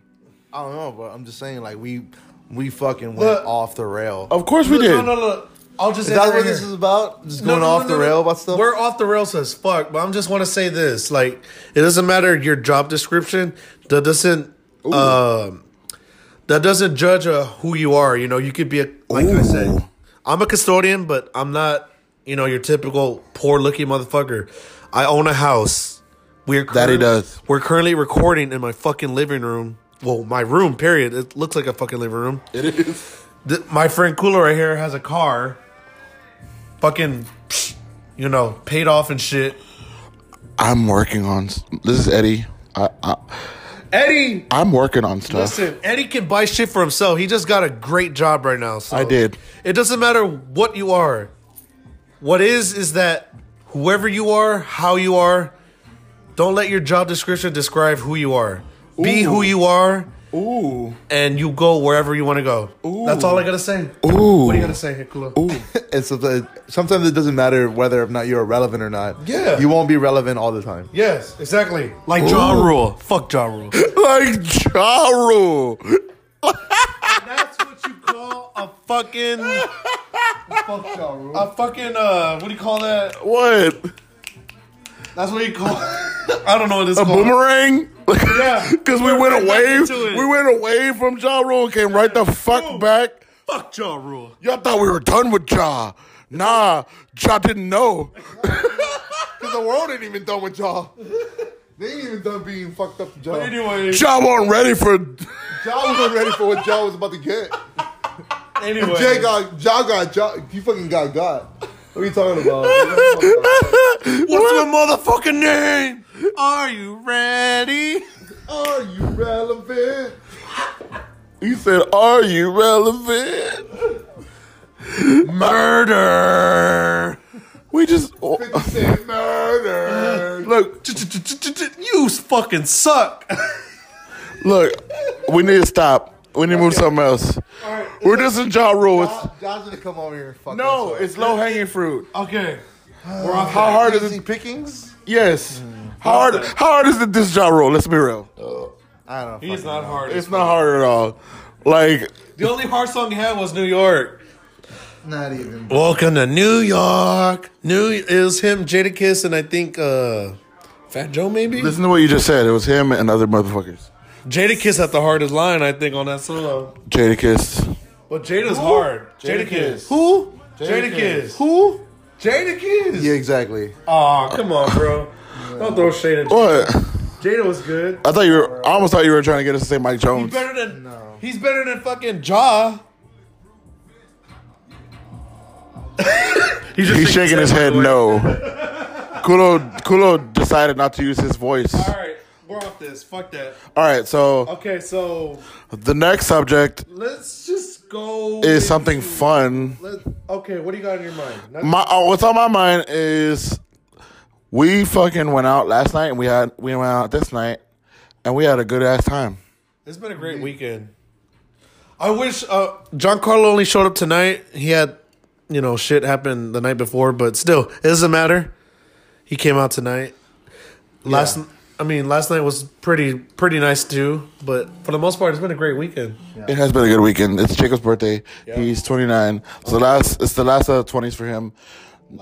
[SPEAKER 3] I don't know, but I'm just saying, like we we fucking went
[SPEAKER 4] Look.
[SPEAKER 3] off the rail.
[SPEAKER 2] Of course we
[SPEAKER 4] No,
[SPEAKER 2] did.
[SPEAKER 4] no, no. I'll just.
[SPEAKER 3] Is that
[SPEAKER 4] end it
[SPEAKER 3] what
[SPEAKER 4] right
[SPEAKER 3] this
[SPEAKER 4] here.
[SPEAKER 3] is about? Just
[SPEAKER 4] No,
[SPEAKER 3] going
[SPEAKER 4] no, no,
[SPEAKER 3] off
[SPEAKER 4] no,
[SPEAKER 3] the
[SPEAKER 4] no.
[SPEAKER 3] rail about stuff?
[SPEAKER 1] We're off the rails as fuck, but I'm just want to say this: like, it doesn't matter your job description. That doesn't. Um, that doesn't judge uh, who you are. You know, you could be a like I said.
[SPEAKER 2] Ooh.
[SPEAKER 1] I'm a custodian, but I'm not. You know, your typical poor looking motherfucker. I own a house. We're
[SPEAKER 2] That he does.
[SPEAKER 1] We're currently recording in my fucking living room. Well, my room. Period. It looks like a fucking living room.
[SPEAKER 2] It is.
[SPEAKER 1] Th- my friend Cooler right here has a car, fucking, you know, paid off and shit.
[SPEAKER 2] I'm working on. s- This is Eddie. I, I,
[SPEAKER 1] Eddie,
[SPEAKER 2] I'm working on stuff.
[SPEAKER 1] listen, Eddie can buy shit for himself. He just got a great job right now. So
[SPEAKER 2] I did.
[SPEAKER 1] It doesn't matter what you are. What is is that whoever you are, how you are, don't let your job description describe who you are. Be who you are,
[SPEAKER 2] Ooh.
[SPEAKER 1] and you go wherever you want to go. That's all I gotta say.
[SPEAKER 2] Ooh.
[SPEAKER 1] What are you gonna say, Hikula?
[SPEAKER 3] and so the, sometimes it doesn't matter whether or not you're relevant or not.
[SPEAKER 1] Yeah.
[SPEAKER 3] You won't be relevant all the time.
[SPEAKER 1] Yes, exactly. Like John Rule. Fuck John Rule.
[SPEAKER 2] Like Ja Rule.
[SPEAKER 1] That's what you call a fucking a
[SPEAKER 3] Fuck y'all, Rule.
[SPEAKER 1] fucking uh what do you call that?
[SPEAKER 2] What?
[SPEAKER 1] That's what you call I don't know what it's
[SPEAKER 2] A
[SPEAKER 1] called.
[SPEAKER 2] boomerang?
[SPEAKER 1] Yeah.
[SPEAKER 2] Because we went
[SPEAKER 1] right back
[SPEAKER 2] away.
[SPEAKER 1] into it.
[SPEAKER 2] We went away from Ja Rule and came right the fuck back.
[SPEAKER 1] Fuck Ja Rule.
[SPEAKER 2] Y'all thought we were done with Ja. Nah, Ja didn't know.
[SPEAKER 3] Because the world ain't even done with y'all. They ain't even done being fucked up to y'all.
[SPEAKER 1] Anyway,
[SPEAKER 2] Ja wasn't ready for.
[SPEAKER 3] Y'all wasn't ready for what y'all was about to get.
[SPEAKER 1] anyway.
[SPEAKER 3] Jay got, y'all got, y'all, you fucking got God. What are you talking about?
[SPEAKER 1] What's your motherfucking name? Are you ready?
[SPEAKER 3] Are you relevant?
[SPEAKER 2] He said, "Are you relevant?" Murder. We just oh,
[SPEAKER 3] Say murder.
[SPEAKER 2] look.
[SPEAKER 1] You fucking suck.
[SPEAKER 2] Look, we need to stop. We need to move something else. We're just in jaw rules.
[SPEAKER 3] John's gonna come over here and fuck
[SPEAKER 2] No,
[SPEAKER 3] us up.
[SPEAKER 2] it's low hanging fruit.
[SPEAKER 1] Okay.
[SPEAKER 2] How hard is
[SPEAKER 3] Easy
[SPEAKER 2] it?
[SPEAKER 3] pickings?
[SPEAKER 2] Yes. How hard? How hard is it? This jaw rule. Let's be real.
[SPEAKER 3] I don't know.
[SPEAKER 1] He's
[SPEAKER 3] fucking
[SPEAKER 1] not hard.
[SPEAKER 2] It's not hard at all. Like
[SPEAKER 1] the only hard song he had was New York.
[SPEAKER 3] Not even.
[SPEAKER 1] Welcome to New York. New it was him, Jadakiss, and I think uh Fat Joe maybe?
[SPEAKER 2] listen to what you just said. It was him and other motherfuckers.
[SPEAKER 1] Jadakiss had the hardest line, I think, on that solo.
[SPEAKER 2] Jada Jadakiss.
[SPEAKER 1] But Jada's hard. Jadakiss.
[SPEAKER 3] Who?
[SPEAKER 1] Jadakiss.
[SPEAKER 3] Who?
[SPEAKER 1] Jadakiss.
[SPEAKER 3] Yeah, exactly.
[SPEAKER 1] Aw, come on, bro. Don't throw shade at Jada.
[SPEAKER 2] What?
[SPEAKER 1] Jada was good.
[SPEAKER 2] I thought you were. I almost thought you were trying to get us to say Mike Jones.
[SPEAKER 1] He's better than he's better than fucking Jaw. he's, just
[SPEAKER 2] He's shaking his head no. Kulo Kulo decided not to use his voice. All
[SPEAKER 1] Alright, we're off this. Fuck that.
[SPEAKER 2] right, so
[SPEAKER 1] Okay, so
[SPEAKER 2] the next subject
[SPEAKER 1] let's just go
[SPEAKER 2] is something fun.
[SPEAKER 1] Let, okay, what do you got in your mind? Not-
[SPEAKER 2] My oh, what's on my mind is we fucking went out last night and we had we went out this night and we had a good ass time.
[SPEAKER 1] It's been a great weekend. I wish uh, John Carlo only showed up tonight. He had, you know, shit happen the night before, but still, it doesn't matter. He came out tonight. Last I mean, last night was pretty pretty nice too. But for the most part, it's been a great weekend.
[SPEAKER 2] It has been a good weekend. It's Jacob's birthday. He's 29. So last it's the last of the 20s for him.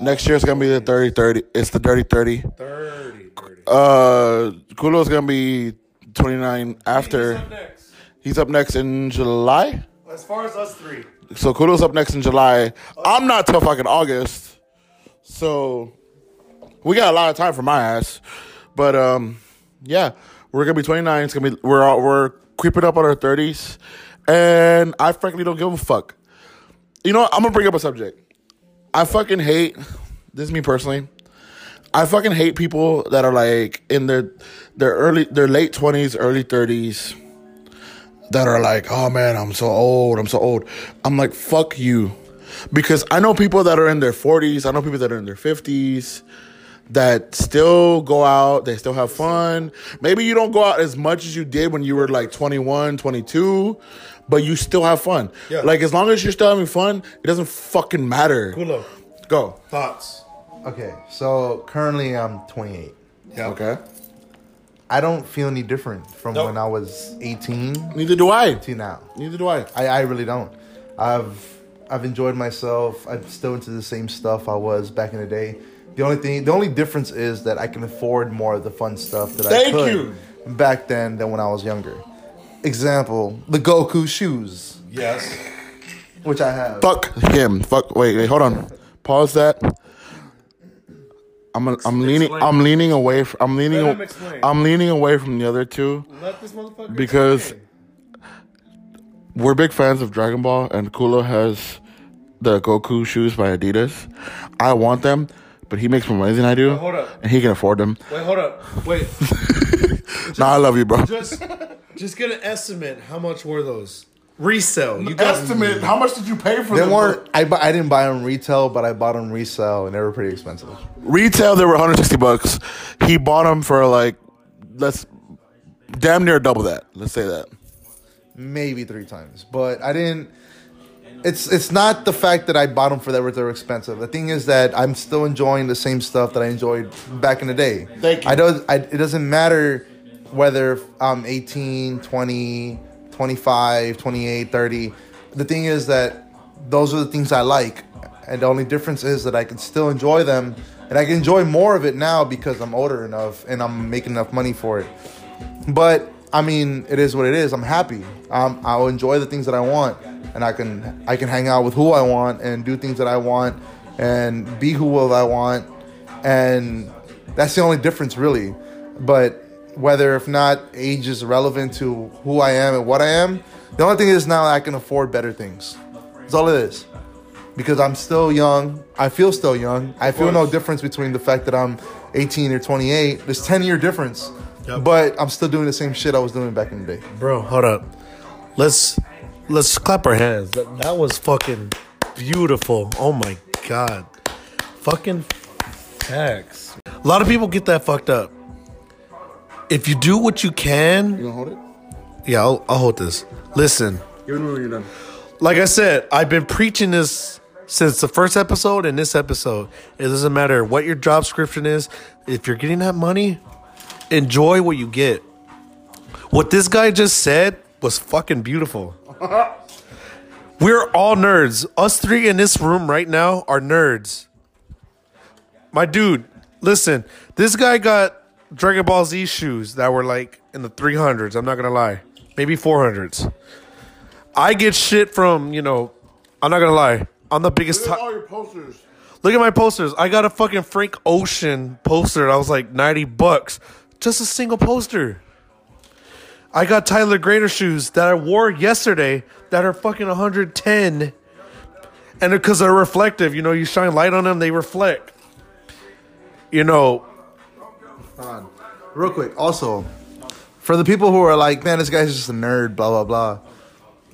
[SPEAKER 2] Next year it's gonna be the 30 30. It's the dirty 30.
[SPEAKER 4] 30, 30.
[SPEAKER 2] Uh, Kulo's gonna be 29
[SPEAKER 4] Who's
[SPEAKER 2] after.
[SPEAKER 4] up next?
[SPEAKER 2] He's up next in July.
[SPEAKER 4] As far as us three,
[SPEAKER 2] So Kulo's up next in July. I'm not till fucking August. So we got a lot of time for my ass. But um yeah, we're gonna be 29. It's gonna be we're all, we're creeping up on our 30s, and I frankly don't give a fuck. You know, what? I'm gonna bring up a subject. I fucking hate. This is me personally. I fucking hate people that are like in their their early their late 20s, early 30s that are like, oh man, I'm so old, I'm so old. I'm like, fuck you. Because I know people that are in their 40s, I know people that are in their 50s that still go out, they still have fun. Maybe you don't go out as much as you did when you were like 21, 22, but you still have fun.
[SPEAKER 1] Yeah.
[SPEAKER 2] Like, as long as you're still having fun, it doesn't fucking matter.
[SPEAKER 1] Kulo,
[SPEAKER 2] Go.
[SPEAKER 1] thoughts?
[SPEAKER 3] Okay, so currently I'm 28.
[SPEAKER 2] Okay.
[SPEAKER 3] I don't feel any different from
[SPEAKER 4] Nope.
[SPEAKER 3] when I was 18
[SPEAKER 2] Neither do I.
[SPEAKER 3] to now.
[SPEAKER 2] Neither do I.
[SPEAKER 3] I, I really don't. I've I've enjoyed myself. I'm still into the same stuff I was back in the day. The only thing, the only difference is that I can afford more of the fun stuff that I
[SPEAKER 2] Thank
[SPEAKER 3] could
[SPEAKER 2] you.
[SPEAKER 3] back then than when I was younger. Example: the Goku shoes,
[SPEAKER 4] yes.
[SPEAKER 3] which I have.
[SPEAKER 2] Fuck him. Fuck. Wait. Wait. Hold on. Pause that. I'm I'm leaning
[SPEAKER 1] Explain.
[SPEAKER 2] I'm leaning away from I'm leaning
[SPEAKER 1] Let him explain.
[SPEAKER 2] I'm leaning away from the other two
[SPEAKER 1] Let this motherfucker.
[SPEAKER 2] because we're big fans of Dragon Ball and Kulo has the Goku shoes by Adidas. I want them, but he makes more money than I do,
[SPEAKER 1] hold up.
[SPEAKER 2] and he can afford them.
[SPEAKER 1] Wait, hold up. Wait,
[SPEAKER 2] nah, I love you, bro.
[SPEAKER 1] just just get an estimate. How much were those? Resell. You got
[SPEAKER 2] Estimate. How much did you pay for
[SPEAKER 3] They weren't. I, bu- I didn't buy them retail, but I bought them resale, and they were pretty expensive.
[SPEAKER 2] Retail, they were 160 bucks. He bought them for like, let's damn near double that. Let's say that.
[SPEAKER 3] maybe three times, but I didn't. It's it's not the fact that I bought them for that were they're expensive. The thing is that I'm still enjoying the same stuff that I enjoyed back in the day.
[SPEAKER 2] Thank you.
[SPEAKER 3] I don't. I, it doesn't matter whether I'm 18, 20, 25, 28, 30. The thing is that those are the things I like, and the only difference is that I can still enjoy them, and I can enjoy more of it now because I'm older enough and I'm making enough money for it. But I mean, it is what it is. I'm happy. Um, I'll enjoy the things that I want, and I can I can hang out with who I want and do things that I want and be who will I want, and that's the only difference really. But whether if not age is relevant to who I am and what I am, the only thing is now I can afford better things. That's all it is. Because I'm still young. I feel still young. I feel no difference between the fact that I'm 18 or 28. There's 10 year difference.
[SPEAKER 1] Yep.
[SPEAKER 3] But I'm still doing the same shit I was doing back in the day.
[SPEAKER 1] bro. Hold up. Let's let's clap our hands. That, that was fucking beautiful. Oh my god. Fucking facts. A lot of people get that fucked up. If you do what you can,
[SPEAKER 2] You gonna hold it?
[SPEAKER 1] yeah, I'll, I'll hold this. Listen,
[SPEAKER 2] Give it when you're done.
[SPEAKER 1] like I said, I've been preaching this since the first episode and this episode. It doesn't matter what your job description is. If you're getting that money, enjoy what you get. What this guy just said was fucking beautiful. We're all nerds. Us three in this room right now are nerds. My dude, listen, this guy got Dragon Ball Z shoes that were like in the 300s. I'm not going to lie. Maybe 400s. I get shit from, you know, I'm not gonna lie. I'm the biggest. ti-
[SPEAKER 2] your posters.
[SPEAKER 1] Look at my posters. I got a fucking Frank Ocean poster. I was like 90 bucks. Just a single poster. I got Tyler Grader shoes that I wore yesterday that are fucking 110. And because they're reflective, you know, you shine light on them, they reflect. You know,
[SPEAKER 3] Real quick, also, for the people who are like, man, this guy's just a nerd, blah, blah, blah.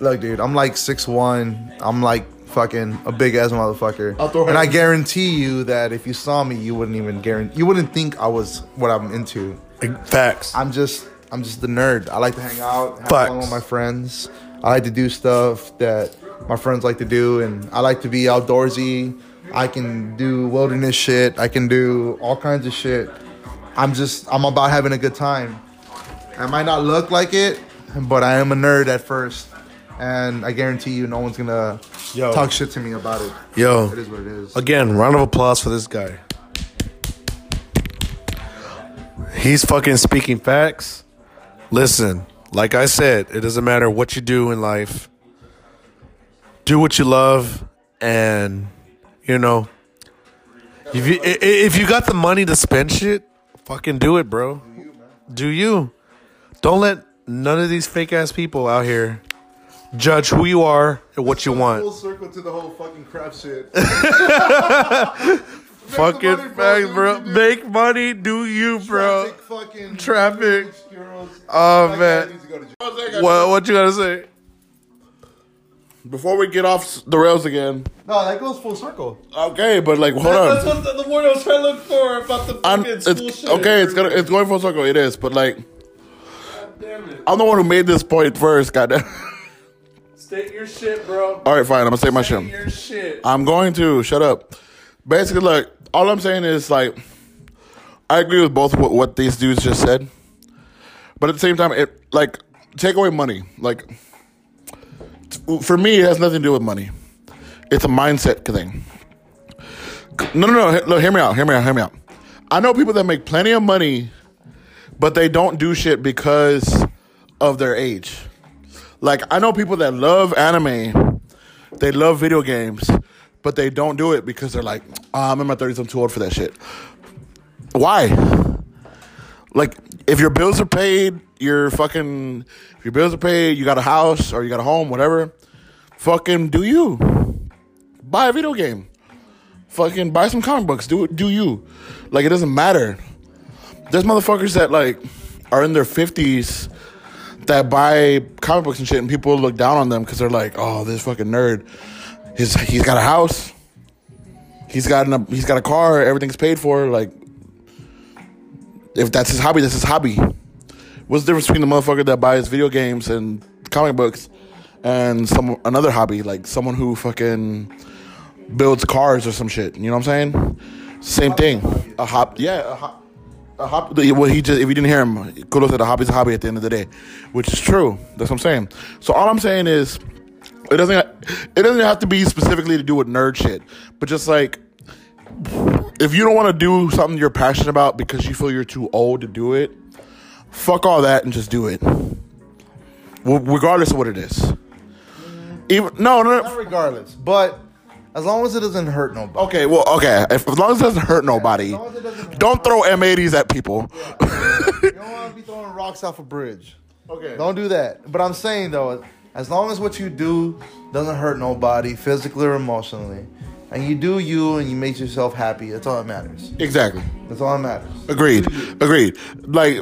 [SPEAKER 3] Look, dude, I'm like 6'1. I'm like fucking a big ass motherfucker.
[SPEAKER 2] I'll throw
[SPEAKER 3] and I
[SPEAKER 2] hands.
[SPEAKER 3] guarantee you that if you saw me, you wouldn't even guarantee, you wouldn't think I was what I'm into.
[SPEAKER 1] facts.
[SPEAKER 3] I'm just I'm just the nerd. I like to hang out, have fun
[SPEAKER 1] Facts.
[SPEAKER 3] with my friends. I like to do stuff that my friends like to do, and I like to be outdoorsy. I can do wilderness shit. I can do all kinds of shit. I'm just I'm about having a good time. I might not look like it, but I am a nerd at first, and I guarantee you, no one's gonna
[SPEAKER 1] Yo.
[SPEAKER 3] talk shit to me about it.
[SPEAKER 1] Yo,
[SPEAKER 3] It is what it is.
[SPEAKER 1] again, round of applause for this guy. He's fucking speaking facts. Listen, like I said, it doesn't matter what you do in life. Do what you love, and you know, if you i- i- if you got the money to spend shit, fucking do it, bro. Do you? Don't let none of these fake ass people out here judge who you are and what you want.
[SPEAKER 3] Full circle to the whole fucking crap shit.
[SPEAKER 1] Fucking
[SPEAKER 3] money,
[SPEAKER 1] facts, bro.
[SPEAKER 3] bro. Do you do?
[SPEAKER 1] Make money, do you, bro?
[SPEAKER 3] Traffic, fucking
[SPEAKER 1] Traffic.
[SPEAKER 3] Girls.
[SPEAKER 1] Oh
[SPEAKER 3] That guy
[SPEAKER 1] man.
[SPEAKER 3] needs to go to jail.
[SPEAKER 1] What what you gotta say?
[SPEAKER 2] Before we get off s- the rails again,
[SPEAKER 3] No, that goes full circle.
[SPEAKER 2] okay, but like, hold on.
[SPEAKER 4] what the, the word I was trying to look for about the
[SPEAKER 2] I'm- it's, okay, it's gonna, it's going full circle. It is, but like,
[SPEAKER 4] Damn it.
[SPEAKER 2] I'm the one who made this point first. Goddamn.
[SPEAKER 4] State your shit, bro.
[SPEAKER 2] All right, fine. I'm gonna say my shit.
[SPEAKER 4] Your shit.
[SPEAKER 2] I'm going to shut up. Basically, look, all I'm saying is like, I agree with both what, what these dudes just said, but at the same time, it like take away money. Like, t- for me, it has nothing to do with money. It's a mindset thing. No, no, no. he- Look, hear me out. Hear me out. Hear me out. I know people that make plenty of money, but they don't do shit because of their age. Like, I know people that love anime, they love video games, but they don't do it because they're like, "Ah, I'm in my 30s, I'm too old for that shit. Why? Like, if your bills are paid, your fucking, if your bills are paid, you got a house or you got a home, whatever, fucking do you. Buy a video game. Fucking buy some comic books. Do do you. Like, it doesn't matter. There's motherfuckers that, like, are in their 50s that buy comic books and shit, and people look down on them because they're like, "Oh, this fucking nerd. His he's got a house. He's got an, he's got a car. Everything's paid for. Like, if that's his hobby, that's his hobby. What's the difference between the motherfucker that buys video games and comic books, and some another hobby like someone who fucking builds cars or some shit? You know what I'm saying? Same thing. A hop, yeah. A hop. A hop, well, he just, if you didn't hear him, Kudo said a hobby's a hobby at the end of the day, which is true. That's what I'm saying. So all I'm saying is, it doesn't, it doesn't have to be specifically to do with nerd shit, but just like, if you don't want to do something you're passionate about because you feel you're too old to do it, fuck all that and just do it. W- regardless of what it is. Even, no, no,
[SPEAKER 3] Not
[SPEAKER 2] no.
[SPEAKER 3] regardless, but as long as it doesn't hurt nobody.
[SPEAKER 2] Okay, well, okay. If, as long as it doesn't hurt nobody,
[SPEAKER 3] long as it doesn't hurt
[SPEAKER 2] don't throw M80s at people.
[SPEAKER 3] You don't want to be throwing rocks off a bridge.
[SPEAKER 2] Okay.
[SPEAKER 3] Don't do that. But I'm saying though, as long as what you do doesn't hurt nobody, physically or emotionally, and you do you and you make yourself happy, that's all that matters.
[SPEAKER 2] Exactly.
[SPEAKER 3] That's all that matters.
[SPEAKER 2] Agreed. Agreed. Like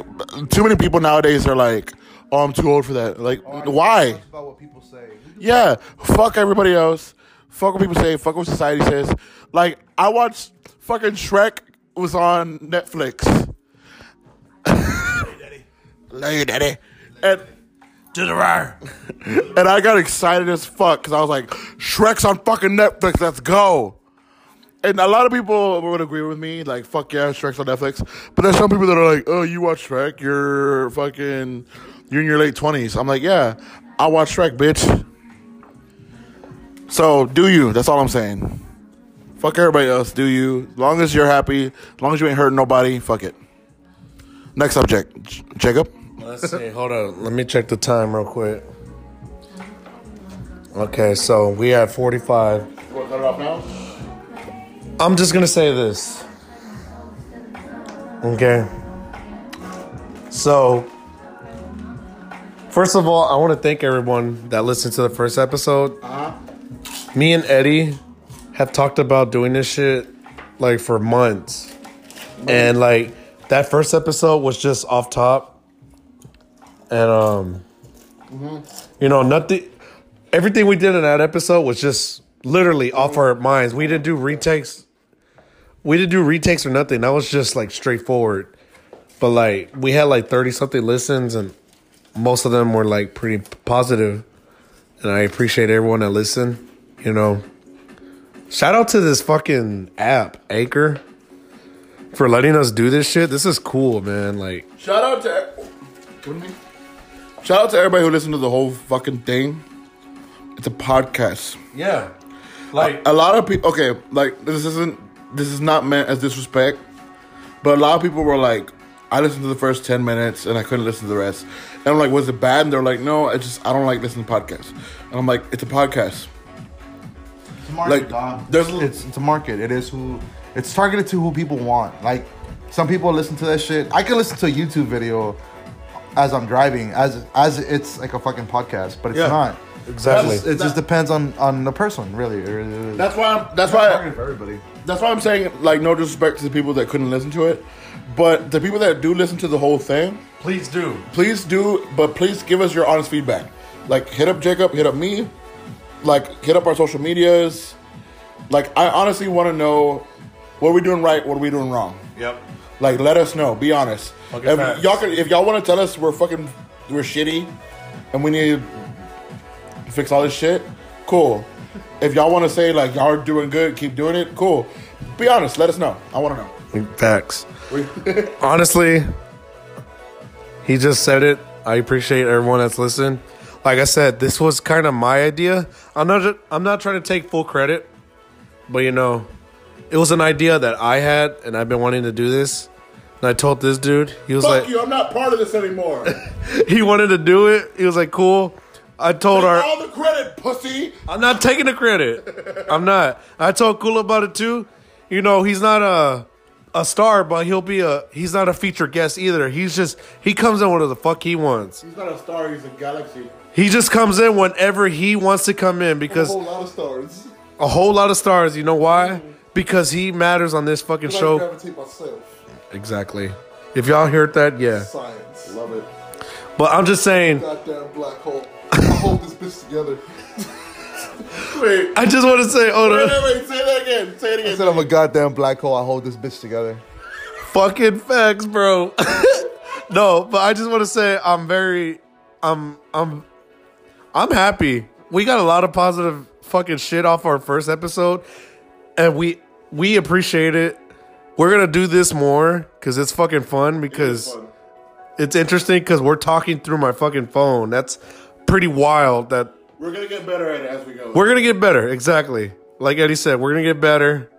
[SPEAKER 2] too many people nowadays are like, "Oh, I'm too old for that." Like,
[SPEAKER 3] Oh,
[SPEAKER 2] why?
[SPEAKER 3] About what people say.
[SPEAKER 2] Yeah, fuck everybody else. Fuck what people say. Fuck what society says. Like, I watched fucking Shrek was on Netflix. Love you, daddy. And to the right. and I got excited as fuck because I was like, Shrek's on fucking Netflix. Let's go. And a lot of people would agree with me, like, fuck yeah, Shrek's on Netflix. But there's some people that are like, oh, you watch Shrek, you're fucking, you're in your late 20s. I'm like, yeah, I watch Shrek, bitch. So do you. That's all I'm saying. Fuck everybody else. Do you. As long as you're happy, as long as you ain't hurting nobody, fuck it. Next subject, J- Jacob.
[SPEAKER 1] Let's see. Hold on. Let me check the time real quick. Okay, so we at 45. I'm just gonna say this. Okay. So, first of all, I want to thank everyone that listened to the first episode. Me and Eddie have talked about doing this shit like for months, and like that first episode was just off top and um, you know, nothing. Everything we did in that episode was just literally off our minds. We didn't do retakes. We didn't do retakes or nothing. That was just like straightforward. But like we had like thirty something listens, and most of them were like pretty positive. And I appreciate everyone that listened. You know, shout out to this fucking app Anchor for letting us do this shit. This is cool, man. Like,
[SPEAKER 2] Shout out to e-, shout out to everybody who listened to the whole fucking thing. It's a podcast.
[SPEAKER 4] Yeah. Like,
[SPEAKER 1] Uh,
[SPEAKER 2] A lot of people. Okay, like this isn't this is not meant as disrespect, but a lot of people were like, I listened to the first ten minutes and I couldn't listen to the rest. And I'm like, was it bad? And they're like, No, I just I don't like listening to podcasts. And I'm like, it's a podcast.
[SPEAKER 3] It's a market,
[SPEAKER 2] Like,
[SPEAKER 3] dog.
[SPEAKER 2] there's-
[SPEAKER 3] it's, it's a market. It is who it's targeted to who people want. Like some people listen to that shit. I can listen to a YouTube video as I'm driving, as as it's like a fucking podcast, but it's
[SPEAKER 2] Yeah,
[SPEAKER 3] not.
[SPEAKER 1] exactly.
[SPEAKER 3] It just, it just depends on on the person, really. It really is.
[SPEAKER 2] That's why. I'm, that's why.
[SPEAKER 3] targeted for everybody.
[SPEAKER 2] That's why I'm saying, like, no disrespect to the people that couldn't listen to it, but the people that do listen to the whole thing,
[SPEAKER 4] please do.
[SPEAKER 2] please do, but please give us your honest feedback. Like, hit up Jacob, hit up me, like, hit up our social medias. Like, I honestly want to know what are we doing right, what are we doing wrong.
[SPEAKER 4] Yep.
[SPEAKER 2] Like, let us know. Be honest.
[SPEAKER 4] Okay,
[SPEAKER 2] If
[SPEAKER 4] facts.
[SPEAKER 2] y'all, could, if y'all want to tell us we're fucking, we're shitty, and we need to fix all this shit, cool. If y'all want to say like y'all are doing good, keep doing it, cool. Be honest. Let us know. I want to know.
[SPEAKER 1] Facts. Honestly, he just said it. I appreciate everyone that's listened. Like I said, this was kind of my idea. I'm not. ju- I'm not trying to take full credit, but you know, it was an idea that I had, and I've been wanting to do this. And I told this dude, he was
[SPEAKER 2] Fuck
[SPEAKER 1] like,
[SPEAKER 2] you. I'm not part of this anymore.
[SPEAKER 1] he wanted to do it. He was like, cool. I told our.
[SPEAKER 2] all the credit, pussy.
[SPEAKER 1] I'm not taking the credit. I'm not. I told Cool about it too. You know, he's not a a star, but he'll be a he's not a featured guest either. He's just he comes in whatever the fuck he wants.
[SPEAKER 2] He's not a star. He's a galaxy.
[SPEAKER 1] He just comes in whenever he wants to come in because
[SPEAKER 2] lot of stars.
[SPEAKER 1] a whole lot of stars, you know why? Because he matters on this fucking show.
[SPEAKER 2] gravitate myself.
[SPEAKER 1] Exactly. If y'all heard that, yeah.
[SPEAKER 2] Science. Love it.
[SPEAKER 1] But I'm just saying,
[SPEAKER 2] Goddamn black hole. I hold this bitch together. wait.
[SPEAKER 1] I just want to say, oh,
[SPEAKER 2] Wait,
[SPEAKER 1] the
[SPEAKER 2] wait, wait, say that again. Say it
[SPEAKER 3] I
[SPEAKER 2] again.
[SPEAKER 3] said I'm a goddamn black hole. I hold this bitch together.
[SPEAKER 1] fucking facts, bro. no, but I just want to say I'm very, I'm, I'm, I'm happy. We got a lot of positive fucking shit off our first episode, and we we appreciate it. We're gonna do this more because it's fucking fun. Because it's interesting because we're talking through my fucking phone. That's pretty wild. That
[SPEAKER 2] We're gonna get better at it as we go.
[SPEAKER 1] we're gonna get better. Exactly. Like Eddie said, we're gonna get better.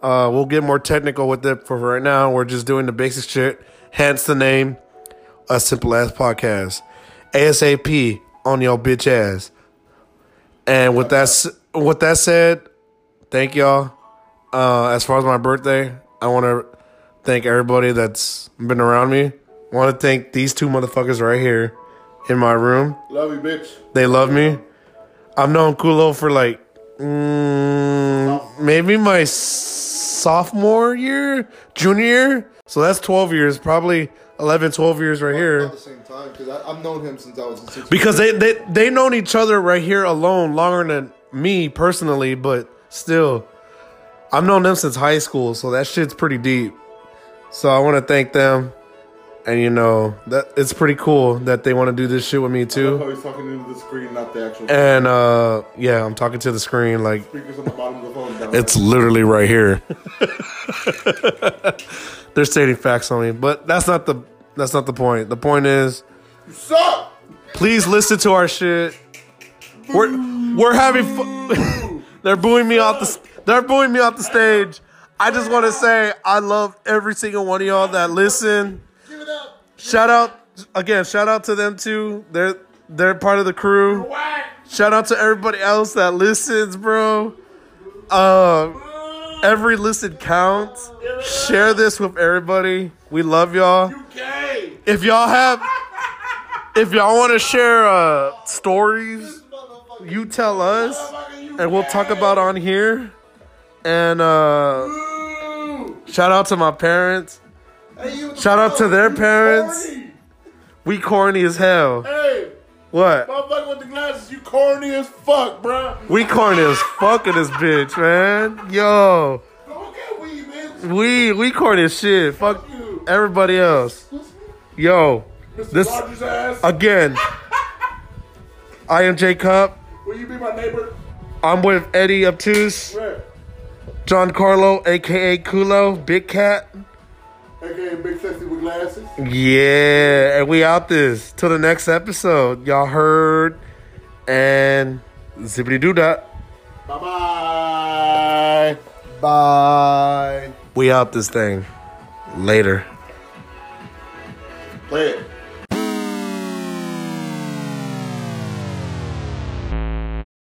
[SPEAKER 1] Uh, we'll get more technical with it. For right now, we're just doing the basic shit. Hence the name, a simple ass podcast, ASAP on your bitch ass. And with that, s- with that said, thank y'all. Uh, as far as my birthday, I want to thank everybody that's been around me. Want to thank these two motherfuckers right here in my room.
[SPEAKER 2] Love you, bitch.
[SPEAKER 1] They love me. I've known Kulo for like mm, maybe my s- sophomore year, junior year. So that's 12 years, probably 11, 12 years right here.
[SPEAKER 3] same time, because I've known him since I was in sixth
[SPEAKER 1] Because they, they, they known each other right here alone longer than me personally, but still, I've known them since high school. So that shit's pretty deep. So I want to thank them. And you know, that it's pretty cool that they want to do this shit with me
[SPEAKER 2] Love
[SPEAKER 1] too.
[SPEAKER 2] how he's talking into the screen, not the actual
[SPEAKER 1] And uh yeah, I'm talking to the screen like
[SPEAKER 2] speakers on the bottom of the phone. down.
[SPEAKER 1] It's literally right here. They're stating facts on me, but that's not the that's not the point. The point is,
[SPEAKER 2] Suck!
[SPEAKER 1] please listen to our shit. We're we're having. Fu- they're booing me off the. s- They're booing me off the stage. I just want to say I love every single one of y'all that listen.
[SPEAKER 2] Give it up!
[SPEAKER 1] Shout out again. Shout out to them too. They're they're part of the crew. Shout out to everybody else that listens, bro. Uh, every listen counts. Share this with everybody. We love y'all.
[SPEAKER 2] Okay!
[SPEAKER 1] If y'all have, if y'all want to share uh, stories, you tell us, and we'll talk about on here. And uh, shout out to my parents. Shout out to their parents. We corny as hell.
[SPEAKER 2] Hey!
[SPEAKER 1] What?
[SPEAKER 2] Motherfucker with the glasses, you corny as fuck, bruh.
[SPEAKER 1] We corny as fuck in this bitch, man. Yo,
[SPEAKER 2] Don't get weed, bitch.
[SPEAKER 1] we we corny as shit. Fuck
[SPEAKER 2] You.
[SPEAKER 1] everybody else. Yo,
[SPEAKER 2] Mr.
[SPEAKER 1] This-
[SPEAKER 2] Rogers ass.
[SPEAKER 1] again, I am Jay Cup.
[SPEAKER 2] Will you be my neighbor?
[SPEAKER 1] I'm with Eddie Obtuse,
[SPEAKER 2] Where?
[SPEAKER 1] John Carlo, aka Kulo, Big Cat,
[SPEAKER 2] aka Big Sexy with glasses.
[SPEAKER 1] Yeah, and we out this. Till the next episode. Y'all heard and zippity doo dot.
[SPEAKER 2] Bye bye.
[SPEAKER 3] Bye.
[SPEAKER 1] We out this thing. Later.